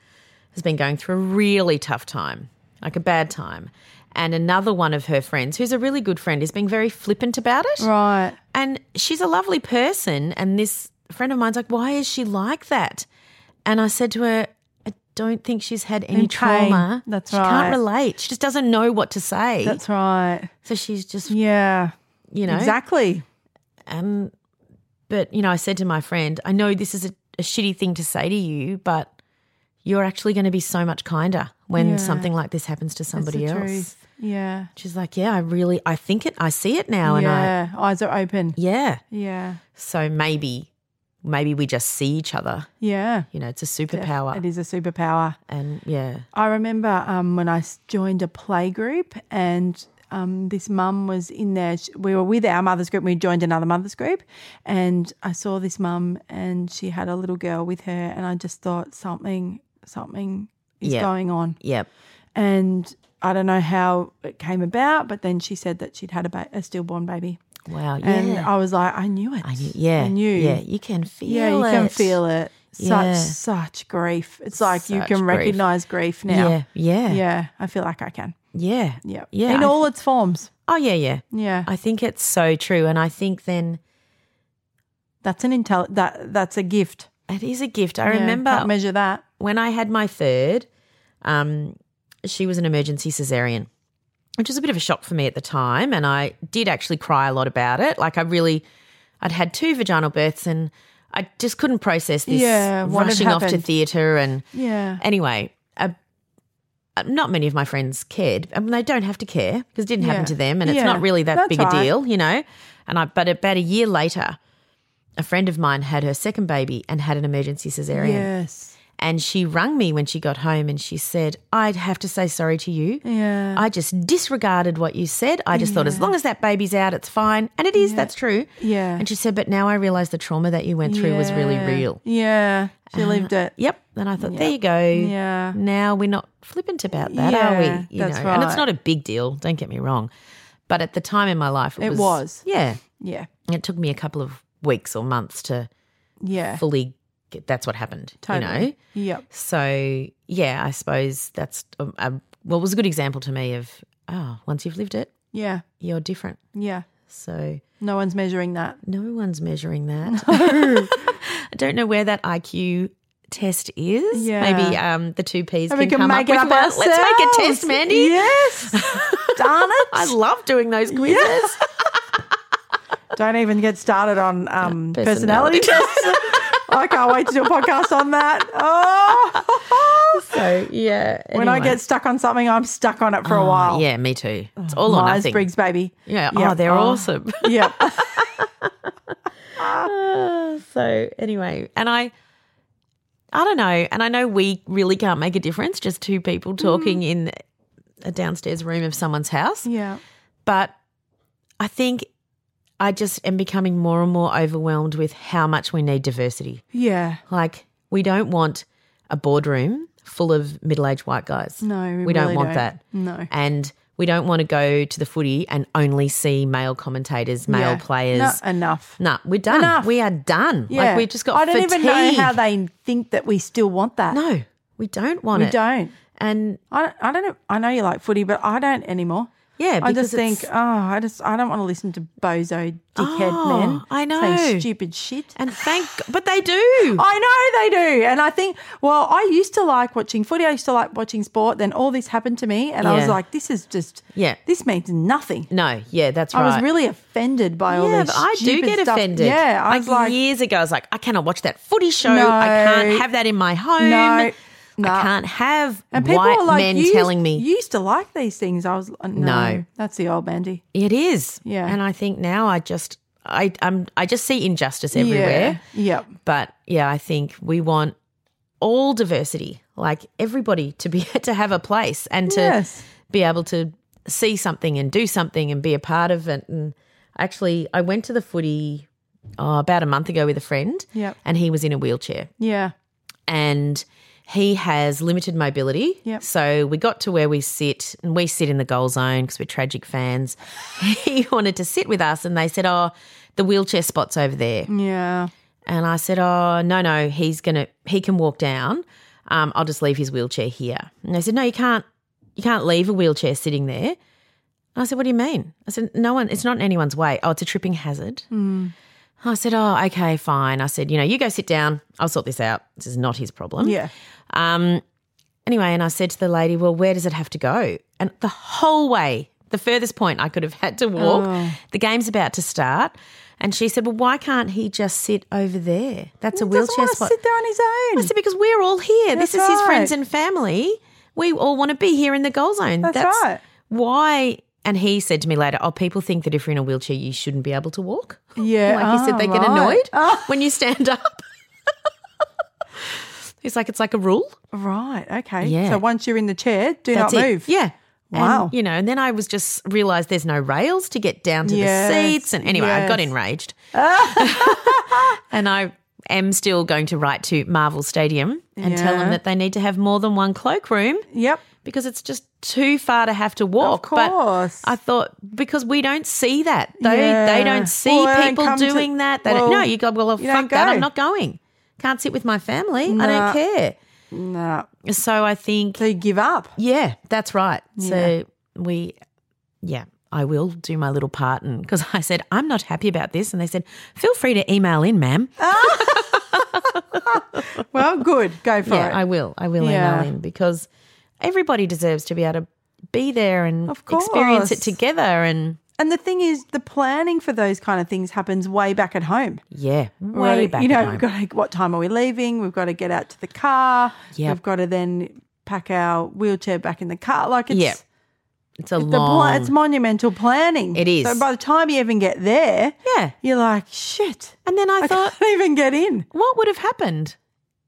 has been going through a really tough time like a bad time and another one of her friends who's a really good friend is being very flippant about it right. and she's a lovely person and this friend of mine's like why is she like that and i said to her i don't think she's had any Any pain. trauma That's she right. can't relate she just doesn't know what to say That's right. so she's just Yeah, you know exactly. um, but you know, I said to my friend, I know this is a, a shitty thing to say to you, but you're actually going to be so much kinder when Yeah. something like this happens to That's somebody the else. truth. Yeah, She's like, yeah, I really, I think it, I see it now, and I, yeah. Eyes are open. yeah. Yeah, So maybe, maybe we just see each other. yeah. You know, it's a superpower, It is a superpower. and yeah, I remember um, when I s- joined a play group and um, this mum was in there. Sh- We were with our mother's group. We joined another mother's group. And I saw this mum and she had a little girl with her. And I just thought something, something is Yeah. going on. yeah, And I don't know how it came about, but then she said that she'd had a, ba- a stillborn baby. wow, Oh, yeah, And I was like, I knew it. I knew, yeah, I knew. yeah, you can feel, Yeah, you it. can feel it. Such, Yeah. such grief. It's like you Such can grief. recognize grief now. Yeah, yeah. Yeah. I feel like I can. Yeah. Yeah. Yeah. In I- all its forms. oh, yeah, yeah. Yeah. I think it's so true. And I think then that's an intel that that's a gift. it is a gift. I Yeah, remember can't measure that. when I had my third, um, she was an emergency cesarean, which was a bit of a shock for me at the time. And I did actually cry a lot about it. Like, I really, I'd had two vaginal births and I just couldn't process this Yeah, what had rushing off to happened. theatre. And Yeah. anyway, uh, uh, not many of my friends cared. I mean, they don't have to care because it didn't Yeah. happen to them and it's Yeah, not really that that's big a right. deal, you know? And I, but about a year later, a friend of mine had her second baby and had an emergency cesarean. Yes. And she rang me when she got home and she said, I'd have to say sorry to you. Yeah. I just disregarded what you said. I just thought, as long as that baby's out, it's fine. And it is, that's true. Yeah. And she said, but now I realize the trauma that you went through was really Yeah. real. Uh, Yeah. She lived it. Yep. And I thought, there you go. Yeah. Now we're not flippant about that, Yeah, are we? that's And it's right. not a big deal. Don't get me wrong. But at the time in my life, it, It was, was. Yeah. Yeah. It took me a couple of weeks or months to Yeah. fully get that's what happened, you know? Yep. So yeah, I suppose that's um, um, well it was a good example to me of oh, once you've lived it, Yeah. you're different. Yeah. So No one's measuring that. no one's measuring that. I don't know where that IQ test is. Yeah. Maybe um, the two P's And can, come up with one. Let's make a ourselves. test, Mandy. Yes. Darn it. I love doing those quizzes. Don't even get started on um, personality Personality tests. I can't wait to do a podcast on that. Oh. So yeah. When I anyway. Oh, Mm. get stuck on something, I'm stuck on it for a while. Oh, yeah, me too. It's all or Myers nothing. Briggs, baby. Yeah. Yep. Oh, they're Oh. awesome. Yep. Uh, so anyway, and I, I don't know, and I know we really can't make a difference, just two people Mm. talking in a downstairs room of someone's house. yeah. But I think I just am becoming more and more overwhelmed with how much we need diversity. Yeah. Like we don't want a boardroom full of middle-aged white guys. No, we we, don't really want don't. that. No. and we don't want to go to the footy and only see male commentators, male Yeah. players. Not enough. No, we're done. Enough. We are done. Yeah. Like we just got. I don't even know fatigue. how they think that we still want that. No, we don't want we it. don't. And I don't, I don't know. I know you like footy, but I don't anymore. yeah, I just because it's- think, oh, I just I don't want to listen to bozo dickhead Oh, men. I saying know. stupid shit. and thank, but they do. I know they do, and I think. Well, I used to like watching footy. I used to like watching sport. Then all this happened to me, and I was Yeah. like, this is just Yeah. This means nothing. no, yeah, that's I right. was really offended by all yeah, this. but I do stupid get stuff. offended. Yeah, I like, was like, years ago, I was like, I cannot watch that footy show. No. I can't have that in my home. no, no. I can't have And people white are like, men you used- telling me you used to like these things. I was no, No. that's the old Mandy. it is. Yeah. and I think now I just, I, I'm, I just see injustice everywhere. Yeah. Yep. But yeah, I think we want all diversity, like everybody to be to have a place and to Yes. be able to see something and do something and be a part of it. And actually, I went to the footy oh, about a month ago with a friend, Yep. and he was in a wheelchair Yeah. and he has limited mobility. Yep. So we got to where we sit, and we sit in the goal zone because we're tragic fans. he wanted to sit with us, and they said, "Oh, the wheelchair spot's over there." Yeah. And I said, "Oh no, no, he's gonna he can walk down. Um, I'll just leave his wheelchair here." And they said, "No, you can't. You can't leave a wheelchair sitting there." And I said, "What do you mean?" I said, "No one. It's not in anyone's way. Oh, it's a tripping hazard." Hmm. I said, "Oh, okay, fine." I said, "You know, you go sit down. I'll sort this out. This is not his problem." Yeah. Um, anyway, and I said to the lady, Well, where does it have to go? And the whole way, the furthest point I could have had to walk, Oh. the game's about to start. And she said, Well, why can't he just sit over there? That's a He doesn't wheelchair want to spot. sit there on his I own. said, Because we're all here. this That's is his friends right. and family. We all want to be here in the goal zone. That's right. Why? And he said to me later, Oh, people think that if you're in a wheelchair, you shouldn't be able to walk. Yeah. Like he Oh, said, they get right. annoyed Oh, when you stand up. He's like, It's like a rule. right. Okay. Yeah. So once you're in the chair, do That's not it. move. Yeah. Wow. And, you know, and then I was just realized there's no rails to get down to Yes, the seats. And anyway, I got yes. enraged. and I am still going to write to Marvel Stadium and tell Yeah. them that they need to have more than one cloakroom Yep. because it's just too far to have to walk. course. But I thought because we don't see that. They Yeah. they don't see Well, they don't people come to- doing that. They well, don't, no, you go, well, you don't fuck that. go. I'm not going. Can't sit with my family. I Nah. don't care. No. So I think, So you give up. yeah, that's right. So we, yeah, I will do my little part. And because I said, I'm not happy about this. And they said, feel free to email in, ma'am. Well, good. Go for yeah, it. I will. I will Yeah. email in because everybody deserves to be able to be there and Of experience it course. together. And and the thing is, the planning for those kind of things happens way back at home. yeah, We've way gotta- back. You at know, home. we've got to, what time are we leaving? We've got to get out to the car. Yep. We've got to then pack our wheelchair back in the car. Like it's Yeah. it's a the pla- long. it's monumental planning. It is. So by the time you even get there, yeah. you're like, shit. And then I I thought, can't even get in. what would have happened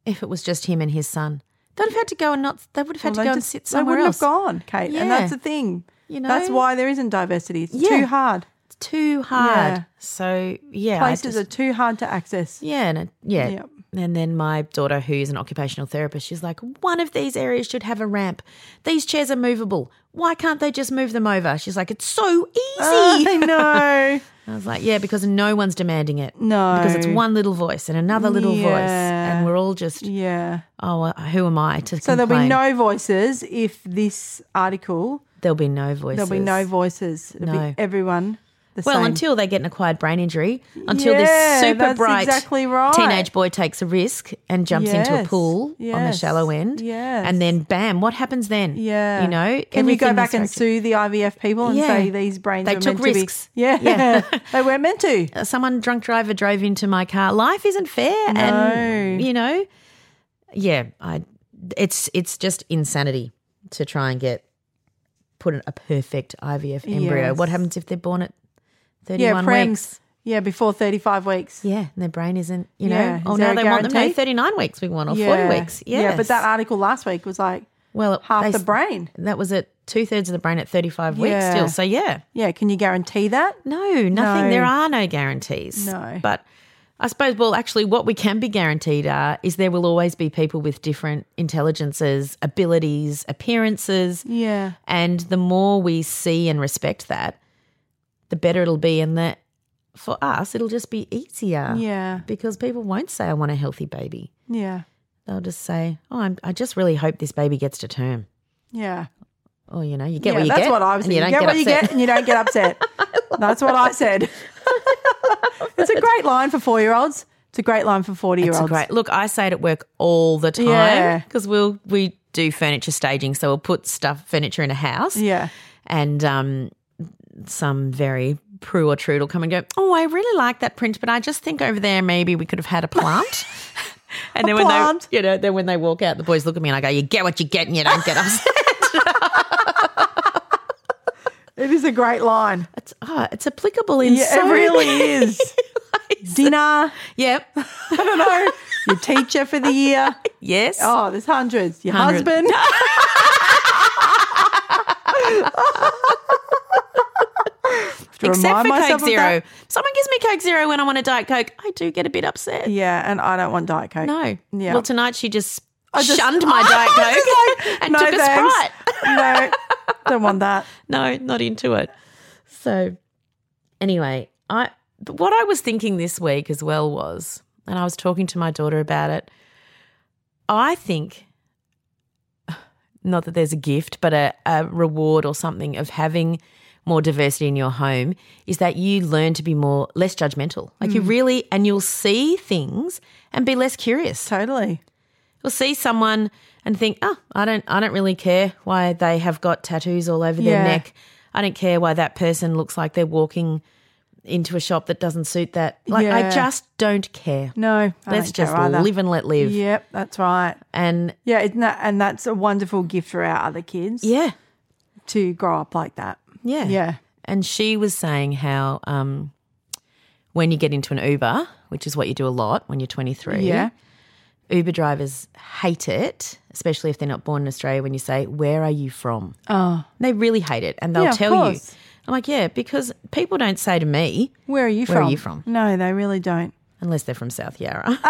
if it was just him and his son? They'd have had to go and not. They would have Well, had to go they and just- sit somewhere they else. wouldn't have gone, Kate. And Yeah. that's the thing. You that's know? why there isn't diversity. It's Yeah. too hard. It's too hard. Yeah. So yeah, I Places just- are too hard to access. Yeah, and it, yeah. Yep. And then my daughter, who is an occupational therapist, she's like, one of these areas should have a ramp. These chairs are movable. Why can't they just move them over? She's like, it's so easy. Ah, I know. I was like, yeah, because no one's demanding it. No. Because it's one little voice and another little voice. Yeah. And we're all just, yeah. oh, well, who am I to So there'll be complain? no voices if this article, There'll be no voices. there'll be no voices. It'll No. be everyone the Well, same. until they get an acquired brain injury, until Yeah, this super that's bright exactly right. teenage boy takes a risk and jumps into a Yes, pool on the yes, shallow end. yes. And then bam, what happens then? yeah. You know, can we go everything back and that's- sue the IVF people and Yeah. say these brains They were took meant to be- risks. Yeah. Yeah. they weren't meant to. Uh, Someone drunk driver drove into my car. Life isn't fair. And, No. you know, yeah, I, it's, it's just insanity to try and get put in a perfect IVF embryo. Yes. What happens if they're born at Yeah, 31 prems. weeks? Yeah, before 35 weeks. Yeah, and their brain isn't, you know. Yeah, Oh, is now there a they want them. No, guarantee? 39 weeks we want, or 40 weeks. Yes. Yeah, but that article last week was like well, it- half they- the brain. That was at two thirds of the brain at 35 weeks Yeah. still. So, yeah. Yeah, can you guarantee that? No, nothing. No. There are no guarantees. No. But I suppose, well, actually, what we can be guaranteed are is there will always be people with different intelligences, abilities, appearances. Yeah. And the more we see and respect that, the better it'll be. And that for us, it'll just be easier. Yeah. Because people won't say, I want a healthy baby. Yeah. They'll just say, "Oh, I'm, I just really hope this baby gets to term." Yeah. Or you know, you get yeah, what you that's get. what I was and thinking. You, get, what you get upset. and you don't get upset. that's what I said. it's a great line for four year olds. It's a great line for 40 year It's a olds. great. Look, I say it at work all the time Yeah. because we'll we do furniture staging, so we'll put stuff furniture in a house, Yeah. and um, some very pru or trude will come and go. Oh, I really like that print, but I just think over there maybe we could have had a plant. And then plant. when they, you know, then when they walk out, the boys look at me and I go, "You get what you get, and you don't get upset." It is a great line. it's, oh, it's applicable in Yeah, so it really many is. ways. Dinner, Yep. I don't know, your teacher for the year. Yes. Oh, there's hundreds. Your Hundreds. husband. To Except remind for myself Coke of that. Zero. Someone gives me Coke Zero when I want a Diet Coke. I do get a bit upset. Yeah, and I don't want Diet Coke. No. Yeah. Well, tonight she just, I just- shunned my Diet I was Coke just like, and "No, took a thanks. Sprite. no, don't want that. No, not into it. So, anyway, I but what I was thinking this week as well was, and I was talking to my daughter about it. I think, not that there's a gift, but a, a reward or something of having more diversity in your home is that you learn to be more less judgmental. Like you really, and you'll see things and be less curious. Totally. You'll see someone and think, "Oh, I don't, I don't really care why they have got tattoos all over their Yeah. neck. I don't care why that person looks like they're walking into a shop that doesn't suit that. Like, I Yeah. just don't care. No, I Let's don't care just either. live and let live. Yep, that's right. And Yeah, isn't that, and that's a wonderful gift for our other kids yeah, to grow up like that. yeah, Yeah. And she was saying how um, when you get into an Uber, which is what you do a lot when you're 23, Yeah. Uber drivers hate it, especially if they're not born in Australia. When you say, "Where are you from?" Oh, They really hate it and they'll Yeah, of tell you. course. I'm like, yeah, because people don't say to me where are you Where from? are you from? No, they really don't. unless they're from South Yarra.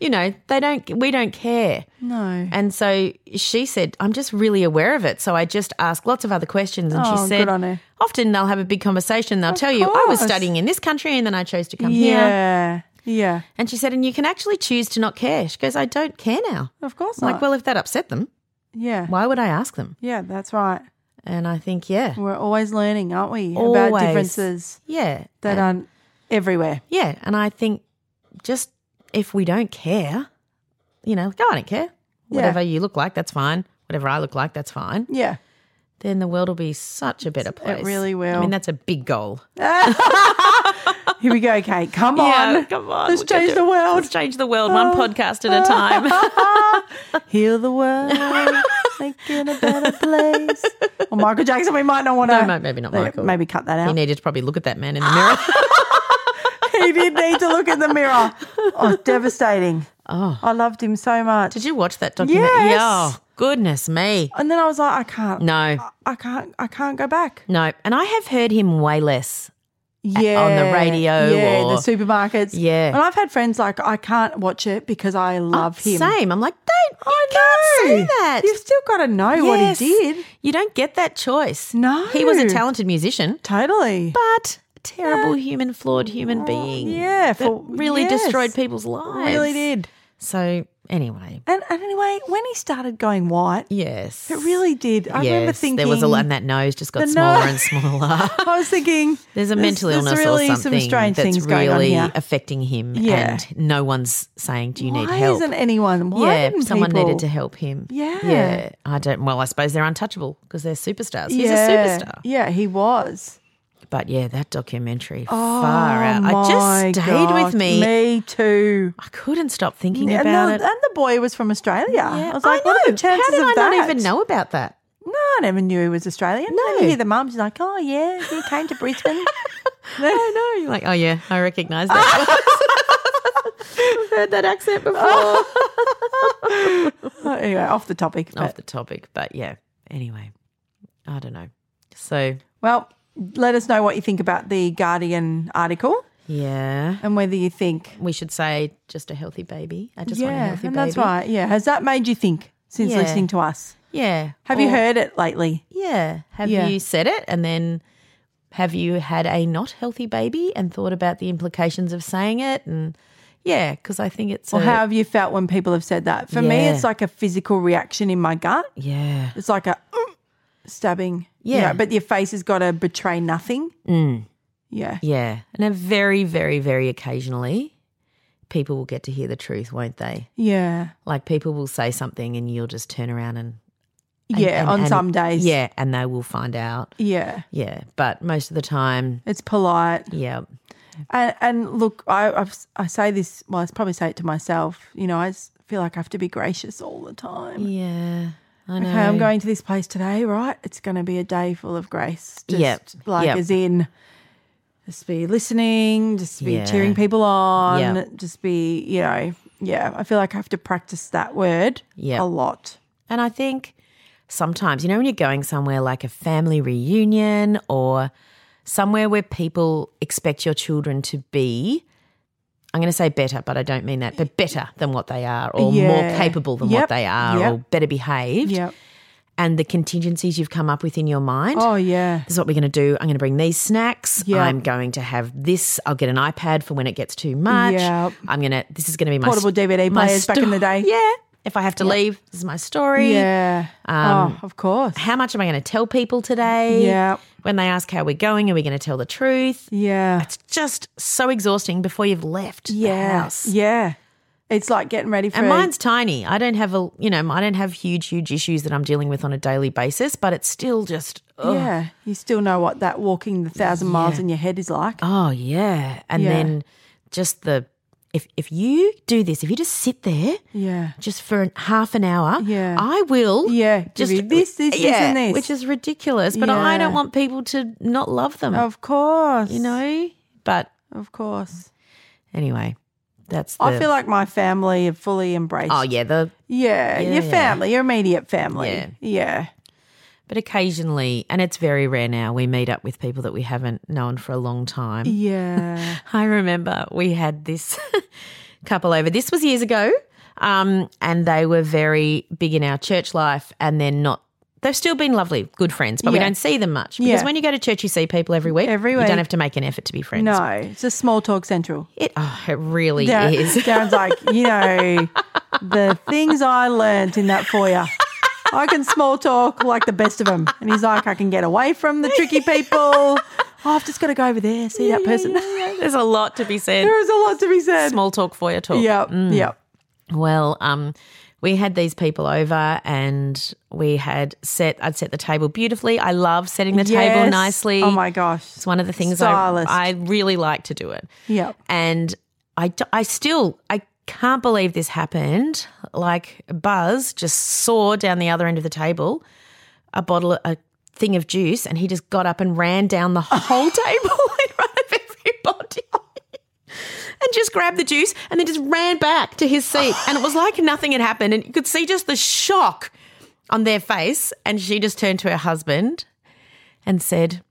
you know, they don't we don't care. No. And so she said, I'm just really aware of it. So I just ask lots of other questions. And Oh, she good said, on her. often they'll have a big conversation. They'll tell you, I was course. studying in this country and then I chose to come here. yeah. Yeah. And she said, and you can actually choose to not care. She goes, I don't care now. Of course I'm not. like, well, if that upset them, yeah. why would I ask them? Yeah, that's right. And I think, yeah. We're always learning, aren't we? About Always. differences Yeah. that And- aren't everywhere. Yeah. And I think just if we don't care, you know, no, I don't care. Whatever you look like, that's fine. Whatever I look like, that's fine. Yeah. Then the world will be such a better place. really I will. mean, that's a big goal. Here we go, Kate. Come on. come on. Let's we can change do the it. world. Oh. Let's change the world one podcast at a time. Heal the world. Making a better place. Well, Michael Jackson, we might not want to. No, ma- maybe not Michael. Maybe cut that he out. needed to probably look at that man in the mirror. he did need to look in the mirror. Oh, devastating. Oh. I loved him so much. Did you watch that documentary? Yes. Yeah. Oh, Goodness me. And then I was like, I can't. No, I can't. I can't go back. no. And I have heard him way less. Yeah, radio Yeah, the or- supermarkets. Yeah. and Oh, I've had friends like I can't watch it because I love him. Same. I'm like, don't. You I can't know. say that. You've still got to know what Yes. he did. You don't get that choice. No. He was a talented musician, Totally. but terrible human, flawed human being. Oh, yeah, That for- really yes. destroyed people's lives. really did. So, anyway, And, and anyway, when he started going white, yes. it really did. I yes, remember thinking There was a lot, and that nose just The got smaller nose- and smaller. I was thinking There's a there's- mental there's illness really or some something strange that's things going on really here. affecting him, Yeah. and no one's saying, "Do you need why help?" isn't anyone? Why yeah, didn't someone people? needed to help him. Yeah. yeah. I don't. Well, I suppose they're untouchable because they're superstars. He's yeah, a superstar. Yeah, he was. But yeah, that documentary Oh, far out. I my just stayed gosh, with me. Me too. I couldn't stop thinking Yeah, about and, it. the, and the boy was from Australia. Yeah, I was like, what are the chances How did of I that? not even know about that? No, I never knew he was Australian. No. Then you No. hear the mum, she's like, oh, yeah, he came to Brisbane. I know. You're like, oh yeah, I recognise that. I've heard that accent before. Oh, anyway, off the topic. Off But, the topic, but yeah. Anyway, I don't know. So well, let us know what you think about the Guardian article yeah, and whether you think. we should say just a healthy baby. I just yeah, want a healthy and baby. that's right. Yeah. Has that made you think since Yeah. listening to us? Yeah. Have you Or- heard it lately? Yeah. Have Yeah. you said it? And then have you had a not healthy baby and thought about the implications of saying it? And yeah, because I think it's. Or a- how have you felt when people have said that? For me, Yeah. it's like a physical reaction in my gut. Yeah. It's like a "Mm," stabbing. you Yeah. know, but your face has got to betray nothing. Yeah. Mm. Yeah. And then very, very, very occasionally, people will get to hear the truth, won't they? Yeah. Like people will say something and you'll just turn around and. and- Yeah. and- on and- some days. Yeah. And they will find out. Yeah. Yeah. But most of the time, It's polite. yeah. And, and look, I, I've, I say this, well, I probably say it to myself. You know, I s- feel like I have to be gracious all the time. Yeah. I know. Okay, I'm going to this place today, right? It's going to be a day full of grace. Just Yep, like yep. as in, just be listening, just be Yeah. cheering people on, Yep. just be, you know, yeah. I feel like I have to practice that word Yep. a lot. And I think sometimes, you know, when you're going somewhere like a family reunion or somewhere where people expect your children to be, I'm going to say better, but I don't mean that, but better than what they are or Yeah. more capable than Yep. what they are Yep. or better behaved. Yep. And the contingencies you've come up with in your mind. Oh, yeah. This is what we're going to do. I'm going to bring these snacks. Yep. I'm going to have this. I'll get an iPad for when it gets too much. Yep. I'm going to, this is going to be my Portable DVD my players back in the sto- day. Yeah. If I have to leave, this is my story Yeah. Um, oh, of course. how much am I going to tell people today? Yeah. When they ask how we're going, are we going to tell the truth? Yeah. It's just so exhausting before you've left the Yeah. house. Yeah. It's like getting ready for And a- mine's tiny. I don't have a, you know, I don't have huge, huge issues that I'm dealing with on a daily basis, but it's still just, ugh. Yeah, you still know what that walking the thousand miles in your head is like. oh yeah. And Yeah. then just the, if if you do this, if you just sit there Yeah, just for an, half an hour, Yeah. I will, Yeah, give just you this, this, this, yeah, and this. which is ridiculous. But I Yeah. don't want people to not love them. of course. you know. But of course. anyway, that's. The, I feel like my family have fully embraced. oh yeah, the yeah, your Yeah. family, your immediate family. Yeah. yeah, but occasionally, and it's very rare now. We meet up with people that we haven't known for a long time. yeah. I remember we had this couple over. This was years ago, um, and they were very big in our church life, and then not they've still been lovely, good friends, but we Yeah. don't see them much. Because Yeah. when you go to church, you see people every week. Every You week. don't have to make an effort to be friends. No, it's a small talk central. It, oh, it really Dar- is. Darren's like, you know, the things I learnt in that foyer. I can small talk like the best of them. And he's like, I can get away from the tricky people. Oh, I've just got to go over there, see that person. There's a lot to be said. there is a lot to be said. Small talk, foyer talk. Mm. Yep, yep. Well, um, we had these people over and we had set, I'd set the table beautifully. I love setting the table Yes. nicely. Oh my gosh. It's one of the things I, Stylist. I really like to do it. Yep. And I, d- I still, I can't believe this happened. Like Buzz just saw down the other end of the table a bottle, a thing of juice, and he just got up and ran down the whole table in front of everybody. And just grabbed the juice and then just ran back to his seat. And it was like nothing had happened. And you could see just the shock on their face. And she just turned to her husband and said,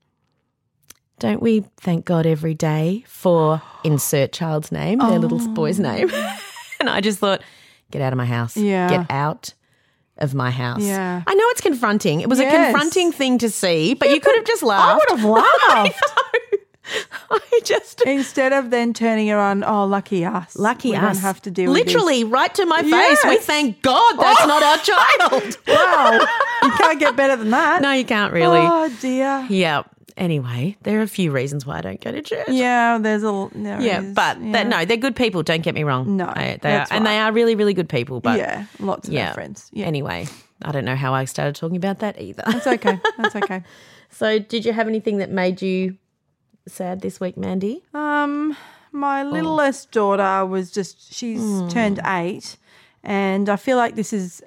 don't we thank God every day for insert child's name, their little Oh. boy's name? and I just thought, get out of my house. Yeah. Get out of my house. Yeah. I know it's confronting. It was a Yes. confronting thing to see, but you could have just laughed. I would have laughed. I just Instead of then turning around, oh, lucky us. lucky we us. don't have to deal with this. Literally right to my face. We Yes. thank God that's not our child. Wow. Oh, you can't get better than that. no, you can't really. Oh, dear. Yeah. Anyway, there are a few reasons why I don't go to church. Yeah, there's a. l- There Yeah, is, but yeah. That, no, they're good people. Don't get me wrong. No, I- they are, that's and they right. are really, really good people. But yeah, lots of our friends. Yeah. Anyway, I don't know how I started talking about that either. That's okay. That's okay. so, did you have anything that made you sad this week, Mandy? Um, my Oh. littlest daughter was just she's Hmm. turned eight, and I feel like this is,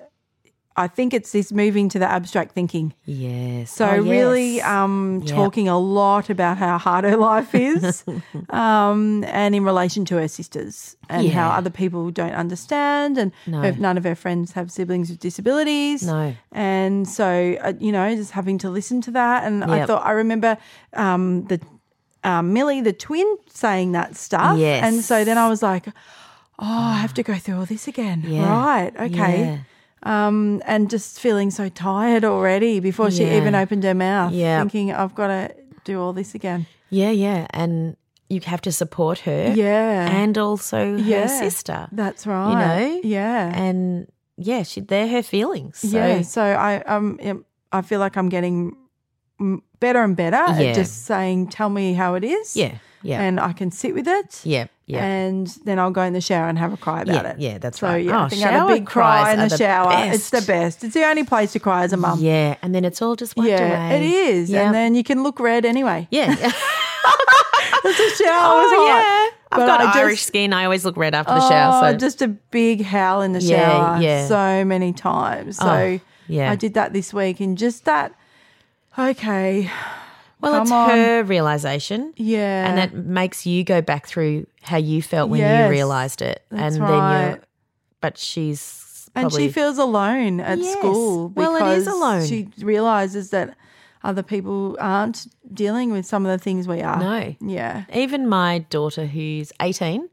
I think it's this moving to the abstract thinking. Yes. So Oh, really, yes. um, Yeah. talking a lot about how hard her life is, um, and in relation to her sisters, and how Yeah. other people don't understand, and No. her- none of her friends have siblings with disabilities. No. and so uh, you know, just having to listen to that, and I Yep. thought I remember um, the um, Millie, the twin, saying that stuff. Yes. and so then I was like, oh, I have to go through all this again. Yeah. Right? Okay Yeah. um, and just feeling so tired already before she Yeah. even opened her mouth. Yeah. Thinking, I've got to do all this again. yeah, yeah, and you have to support her. Yeah. and also her yeah. sister. That's you right. know. Yeah. and yeah, she, they're her feelings. So. yeah. So I, um, am- I feel like I'm getting mm, better and better Yeah. at just saying, tell me how it is. yeah, yeah, And I can sit with it. yeah, yeah. And then I'll go in the shower and have a cry about Yeah, it. yeah, that's so, right. Yeah, I Oh, think I had a shower big cry cries in are the, the shower. It's the best. best. It's the only place to cry as a mum. Yeah, and then it's all just wiped yeah, away. it is. Yeah. And then you can look red anyway. yeah. It's a shower. Oh, was hot. yeah. I've But got I just- Irish skin. I always look red after the shower. Oh, So just a big howl in the Yeah, shower yeah. so many times. So Oh, yeah. I did that this week and just that okay. well, it's come on. her realization, Yeah. and it makes you go back through how you felt when Yes, you realized it, that's and then right. you. But she's and probably, she feels alone at Yes. school Well, it is because alone. she realizes that other people aren't dealing with some of the things we are. No. Yeah. even my daughter who's eighteen,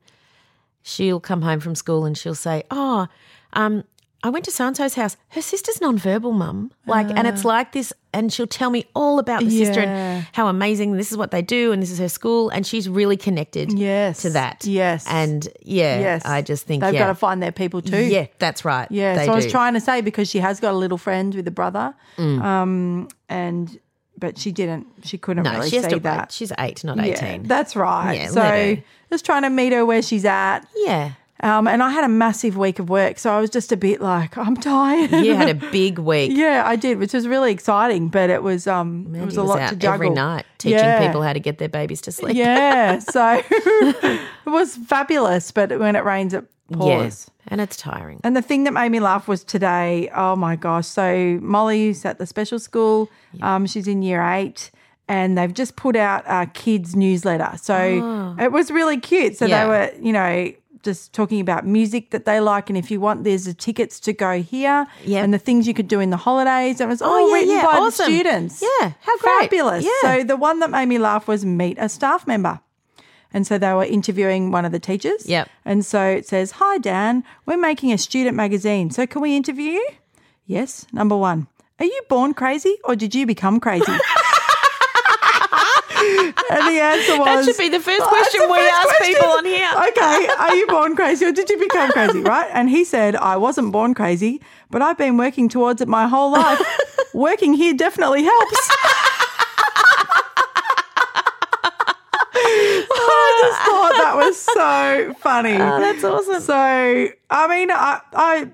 she'll come home from school and she'll say, "Oh, um." I went to so and so's house. Her sister's nonverbal, mum. Like, and it's like this, and she'll tell me all about the sister Ah. Yeah. and how amazing this is what they do, and this is her school, and she's really connected Yes. to that. Yes. and yeah, yes. I just think they've yeah. got to find their people too. Yeah, that's right. Yeah, They so I was do. Mm. trying to say because she has got a little friend with a brother, um, and but she didn't. She couldn't No, really she has see to that. wait. She's eight, not Yeah, eighteen. that's right. Yeah, let so her. just trying to meet her where she's at. yeah. Um, and I had a massive week of work, so I was just a bit like, I'm tired. You had a big week. yeah, I did, which was really exciting, but it was um, it Mandy was a lot out to juggle every night teaching Yeah. people how to get their babies to sleep. Yeah, so it was fabulous, but when it rains, it pours. Yes. And it's tiring. And the thing that made me laugh was today. Oh my gosh! So Molly, who's at the special school, um, she's in year eight, and they've just put out a kids newsletter. So it was really cute. So Ah. Yeah. they were, you know, just talking about music that they like, and if you want, there's the tickets to go here, Yep. and the things you could do in the holidays. It was all Oh, yeah, written yeah. by Awesome. the students. Yeah. How great. Fabulous. Yeah. So the one that made me laugh was meet a staff member. And so they were interviewing one of the teachers. Yep. And so it says, Hi, Dan, we're making a student magazine. So can we interview you? Yes, number one. Are you born crazy or did you become crazy? and the answer was should be the first Oh, that's question the we first ask people on here. Okay, are you born crazy or did you become crazy? Right? And he said, I wasn't born crazy, but I've been working towards it my whole life. working here definitely helps. Oh, I just thought that was so funny. Oh, that's awesome. So I mean, I, I,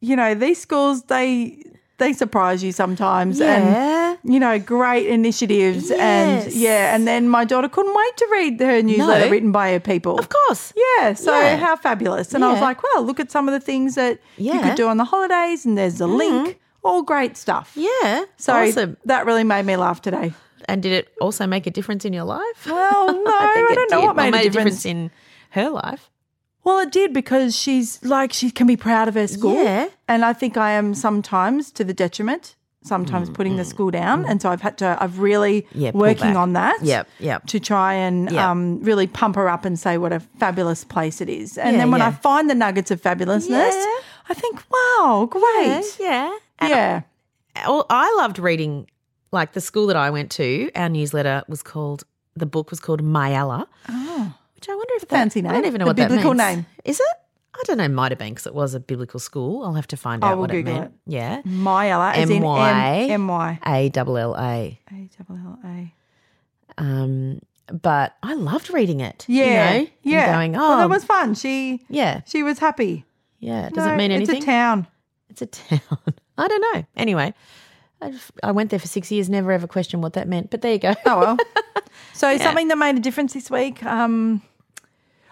you know, these schools they they surprise you sometimes, Yeah. and you know, great initiatives, and Yes. yeah, and then my daughter couldn't wait to read her newsletter written by her people. Of course. Yeah, so Yeah. how fabulous. And I was Yeah. like, well, look at some of the things that you Yeah. Mm-hmm. could do on the holidays, and there's a link, all great stuff. Yeah. So awesome. that really made me laugh today. And did it also make a difference in your life? Well, no, think I it don't know did. what Well, made a difference. in her life. Well, it did because she's like she can be proud of her school. Yeah. And I think I am sometimes to the detriment, sometimes putting the school down. And so I've had to I've really Mm, Yeah, pull working back. on that. Yep, yep. To try and Yep. um, really pump her up and say what a fabulous place it is. And Yeah, then when I yeah. find the nuggets of fabulousness, Yeah. I think, wow, great. Yeah. Yeah. Well, I loved reading, like the school that I went to, our newsletter was called, the book was called Mayala. Which I wonder if that, Oh. Fancy I name. don't even know The what that biblical means. name. Is it? I don't know. Might have been because it was a biblical school. I'll have to find I out will what Google it meant. Yeah. My Ella is in M-Y. M M Y. A double L A. A double L A. Um, but I loved reading it. you Yeah. know, and yeah. going, oh, Well, that was fun. She yeah, she was happy. yeah. Does it No, mean anything? It's a town. It's a town. I don't know. Anyway, I, just- I went there for six years, never ever questioned what that meant. But there you go. Oh well. so something that made a difference this week. Um,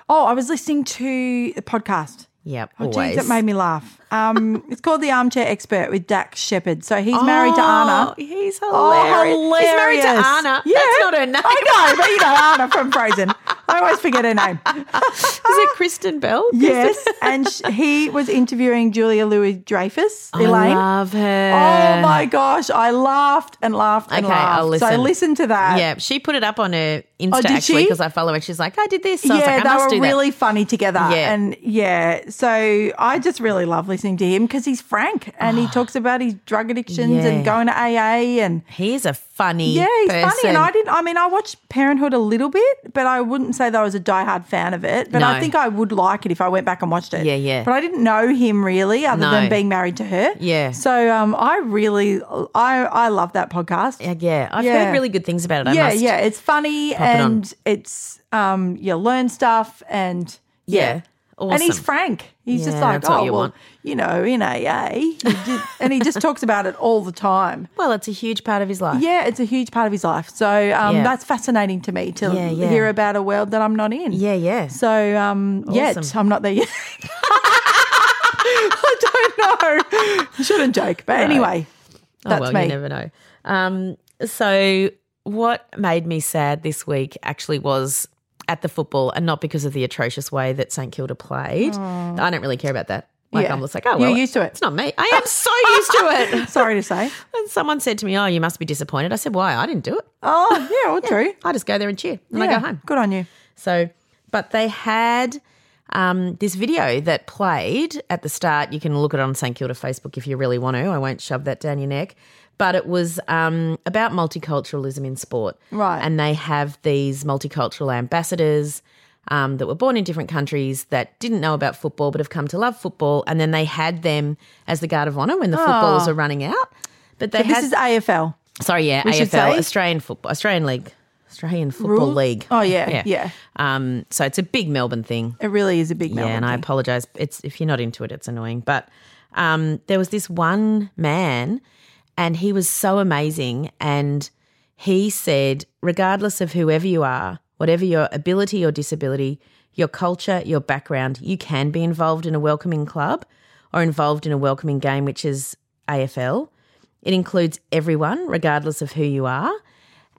oh, I was listening to the podcast. Yep. Oh, always. geez, it made me laugh. Um, it's called The Armchair Expert with Dax Shepard. So he's married to Anna. Oh, he's hilarious. Oh, He's married to hilarious. Anna. Yeah. That's not her name. I know, but you know Anna from Frozen. I always forget her name. Is it Kristen Bell? Yes, and sh- he was interviewing Julia Louis Dreyfus, I Elaine. love her. Oh my gosh, I laughed and laughed and Okay, laughed. I'll So I listen. listened to that. Oh, Yeah, she put it up on her Insta did actually she? because I follow her. She's like, I did this. So I was yeah, like, I they must were do that. really funny together. Yeah. And yeah, so I just really love listening to him because he's frank and he talks about his drug addictions Oh. Yeah. and going to AA and He's a funny yeah, he's person. funny. And I didn't, I mean, I watched Parenthood a little bit, but I wouldn't say that I was a diehard fan of it. But I No. think I would like it if I went back and watched it. Yeah, yeah. But I didn't know him really other No. than being married to her. Yeah. So um, I really, I, I love that podcast. Yeah, yeah. I've Yeah. heard really good things about it. I yeah, must. yeah. It's funny pop it on. and it's um you learn stuff and yeah. Yeah, And he's awesome. frank. He's just Yeah, like, that's what oh, you well, want." you know, in AA. you did- and he just talks about it all the time. Well, it's a huge part of his life. Yeah, it's a huge part of his life. So um, Yeah. that's fascinating to me to Yeah, yeah. hear about a world that I'm not in. Yeah, yeah. So um, yet Awesome. I'm not there yet. I don't know. I shouldn't joke. But anyway, Oh, that's well, me. you never know. Um, so, what made me sad this week actually was at the football, and not because of the atrocious way that St Kilda played. I don't really care about that. Like, Yeah. I'm just like, oh, You're well, used to it. It's not me. I am so used to it. Sorry to say. And someone said to me, oh, you must be disappointed. I said, why? I didn't do it. Oh, yeah, well, true. I just go there and cheer, and I Yeah, go home. Good on you. So, but they had um, this video that played at the start. You can look at it on St Kilda Facebook if you really want to. I won't shove that down your neck. But it was um, about multiculturalism in sport. Right. And they have these multicultural ambassadors um, that were born in different countries that didn't know about football but have come to love football. And then they had them as the guard of honour when the footballs are running out. But they But had- Oh. this is AFL. Sorry, yeah, We should AFL, say? Australian football, Australian league, Australian football Rule? league. Oh, yeah, yeah. Um, so it's a big Melbourne thing. It really is a big yeah, and I apologise. It's if you're not into it, it's annoying. But um, there was this one man, and he was so amazing, and he said, regardless of whoever you are, whatever your ability or disability, your culture, your background, you can be involved in a welcoming club or involved in a welcoming game, which is AFL. It includes everyone, regardless of who you are.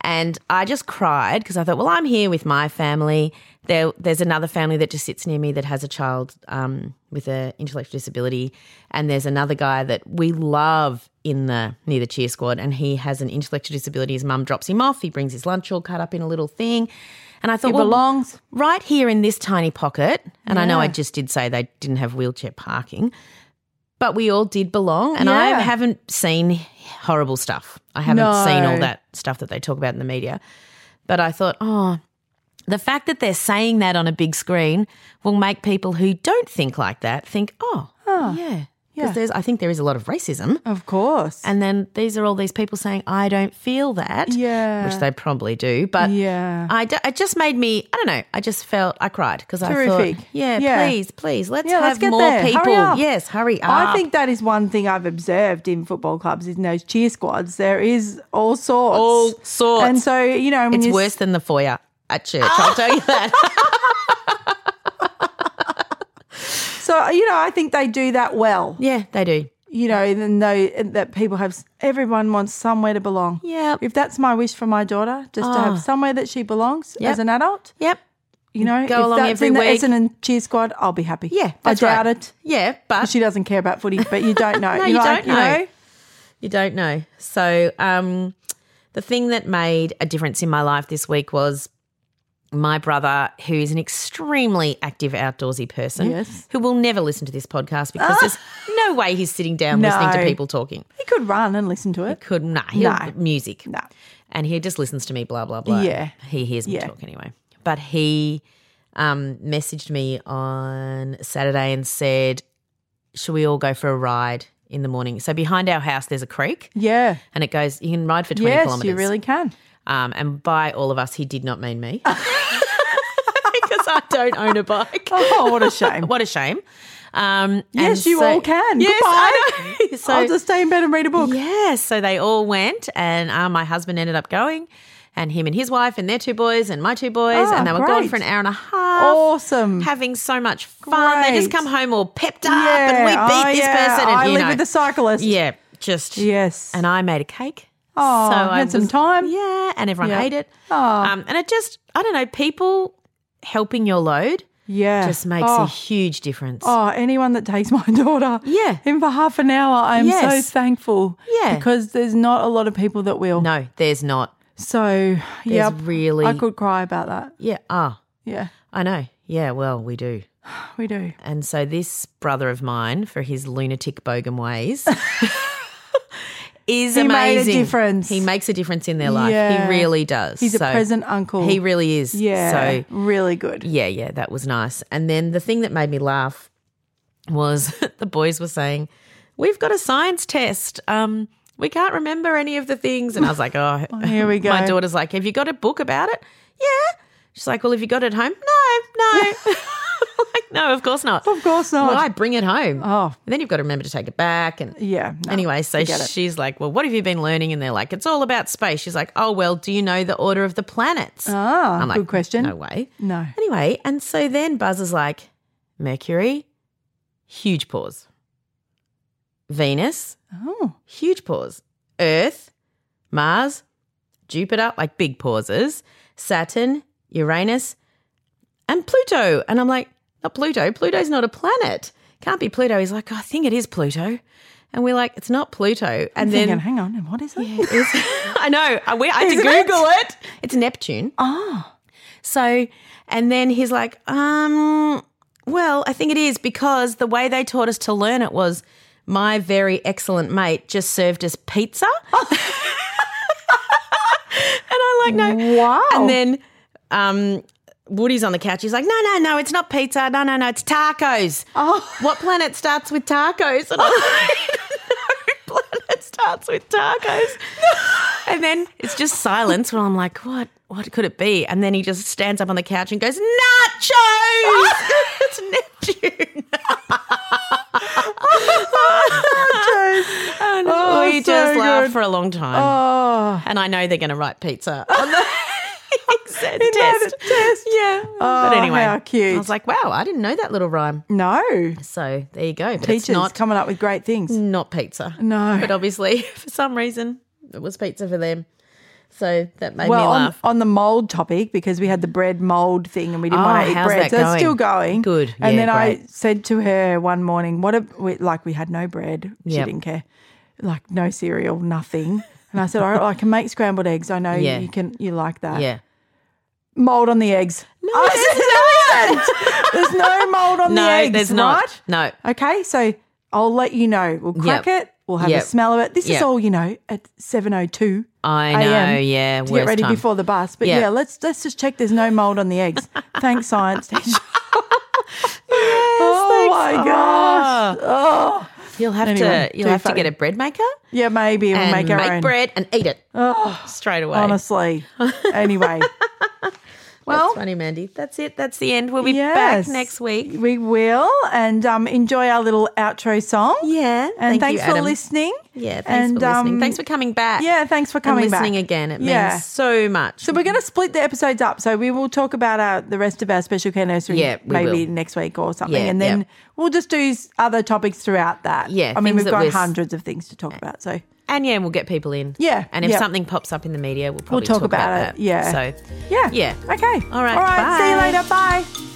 And I just cried because I thought, well, I'm here with my family. There, there's another family that just sits near me that has a child um, with an intellectual disability, and there's another guy that we love in the near the cheer squad, and he has an intellectual disability. His mum drops him off. He brings his lunch all cut up in a little thing, and I thought, It well, belongs. right here in this tiny pocket. And I know I Yeah. just did say they didn't have wheelchair parking, but we all did belong. And Yeah. I haven't seen horrible stuff. I haven't No. seen all that stuff that they talk about in the media. But I thought, oh, the fact that they're saying that on a big screen will make people who don't think like that think, oh, yeah. yeah. Because there's, I think there is a lot of racism. Of course. And then these are all these people saying, I don't feel that. Yeah. Which they probably do. But Yeah. I d- it just made me, I don't know, I just felt, I cried because I thought, Terrific. yeah, Yeah. please, please, let's Yeah, have let's get more there. Hurry people. up. Yes, hurry up. I think that is one thing I've observed in football clubs is in those cheer squads. There is all sorts. All sorts. And so, you know, when it's you worse than the foyer at church. I'll tell you that. So, you know, I think they do that well. yeah, they do. You know, even though that people have, everyone wants somewhere to belong. Yep. Ah. If that's my wish for my daughter, just to have somewhere that she belongs Yep. as an adult, Yep. you know, Go if along that's every in the week. Essendon cheer squad, I'll be happy. Yeah, I that's right. doubt it. Yeah, but She doesn't care about footy, but you don't know. No, You're you like, don't know. You don't know. So, um, the thing that made a difference in my life this week was my brother, who is an extremely active outdoorsy person, Yes. Ah. who will never listen to this podcast because there's no way he's sitting down listening No. Uh, to people talking. He could run and listen to He it. could not. He'll, No. Music. No. And he just listens to me, blah, blah, blah. Yeah. He hears me Yeah. talk anyway. But he um, messaged me on Saturday and said, Should we all go for a ride in the morning? So behind our house, there's a creek Yeah. and it goes you can ride for 20 Yes, kilometers you really can. um, and by all of us he did not mean me because i don't own a bike Oh, what a shame. what a shame um, Yes, and you so- all can. yes, Goodbye. I know. so I'll just stay in bed and read a book. yeah so they all went and uh, my husband ended up going and him and his wife and their two boys and my two boys Ah, and they were gone great. for an hour and a half Awesome. having so much fun they just Great. come home all pepped up and we Yeah. beat Oh, this yeah. person and I you live know. with the cyclist. yeah just Yes. and I made a cake. Oh, I had some time. Yeah, and everyone Yeah. ate it. Um, and it just, I don't know, people helping your load yeah. just makes oh. a huge difference. Oh, anyone that takes my daughter. Yeah. In for half an hour, I'm Yes. so thankful. Yeah. Because there's not a lot of people that will. No, there's not. So, yeah. really- I could cry about that. Yeah, ah, Yeah. I know. Yeah, well, we do. We do. And so this brother of mine, for his lunatic bogum ways, is He made a amazing. difference. He makes a difference in their life. Yeah. He really does. He's So a present uncle. He really is. Yeah. So really good. Yeah, yeah, that was nice. And then the thing that made me laugh was the boys were saying, "We've got a science test. Um, we can't remember any of the things." And I was like, "Oh, here we My go. daughter's like, "Have you got a book about it?" Yeah. She's like, "Well, have you got it at home?" No, no. like, no, of course not. Of course not. Well, I bring it home. Oh. and then you've got to remember to take it back. And Yeah, no, anyway, so forget it. she's like, "Well, what have you been learning?" And they're like, "It's all about space." She's like, "Oh, well, do you know the order of the planets?" Ah, I'm like, good question. No way. No. Anyway, and so then Buzz is like, Mercury, huge pause. Venus, Oh, huge pause. Earth, Mars, Jupiter, like big pauses. Saturn, Uranus, and Pluto. And I'm like, not Pluto. Pluto's not a planet. Can't be Pluto. He's like, "Oh, I think it is Pluto. And we're like, it's not Pluto. And I'm then thinking, hang on, and what is it? it is. I know. I, we, I had to Isn't Google it? it? It's Neptune. Oh. So, and then he's like, um, well, I think it is because the way they taught us to learn it was my very excellent mate just served us pizza. and I'm like, no. Wow. And then um, Woody's on the couch. He's like, no, no, no, it's not pizza. No, no, no, it's tacos. Oh. What planet starts with tacos? And I'm like, no planet starts with tacos. And then it's just silence where I'm like, what? What could it be? And then he just stands up on the couch and goes, nachos! it's Neptune. And Oh, we so just good. laughed for a long time. oh. And I know they're going to write pizza on the exam In that test. test. Yeah. Oh, but anyway, how cute. I was like, wow, I didn't know that little rhyme. No. So there you go. But Teachers it's not, coming up with great things. not pizza. No. But obviously, for some reason, it was pizza for them. So that made well, me on, laugh. on the mold topic, because we had the bread mold thing and we didn't Oh, want to eat how's bread, that so it's still going. going? Good. And Yeah, then I great. said to her one morning, "What? A, we, like we had no bread. She Yep. didn't care. Like no cereal, nothing." And I said, "All right, I can make scrambled eggs. I know Yeah. you can. You like that? yeah. Mold on the eggs. No, it's there's no mold on No, the eggs. there's right? not. No. Okay, so I'll let you know. We'll crack Yep. it. We'll have Yep. a smell of it. This is Yep. all you know at seven oh two. I know, yeah. To get worst ready time. before the bus. But Yeah. yeah, let's let's just check there's no mold on the eggs. Thanks, science teacher. oh my Ah. gosh. Oh. You'll have Anyway, to you'll too have funny. to get a bread maker Yeah, maybe we'll and make make, our own. Oh, bread and eat it straight away. Honestly. Anyway. That's funny, Mandy. That's it. That's the end. We'll be yes. back next week. We will. And um, enjoy our little outro song. Yeah. And Thank you, thanks for Adam. listening. Yeah, thanks and, for listening. um, thanks for coming back. yeah, thanks for coming and back. listening again. It Yeah. means so much. So we're going to split the episodes up. So we will talk about our, the rest of our special care nursery Yeah, we maybe will. next week or something. Yeah, and then yeah. we'll just do s- other topics throughout that. Yeah, I mean, things we've that got we're s- Uh, hundreds of things to talk about. So and yeah, and we'll get people in. Yeah, And if yeah. something pops up in the media, we'll probably talk about it, that. yeah. So yeah. Yeah. Okay. All right, All right. See you bye. later. Bye.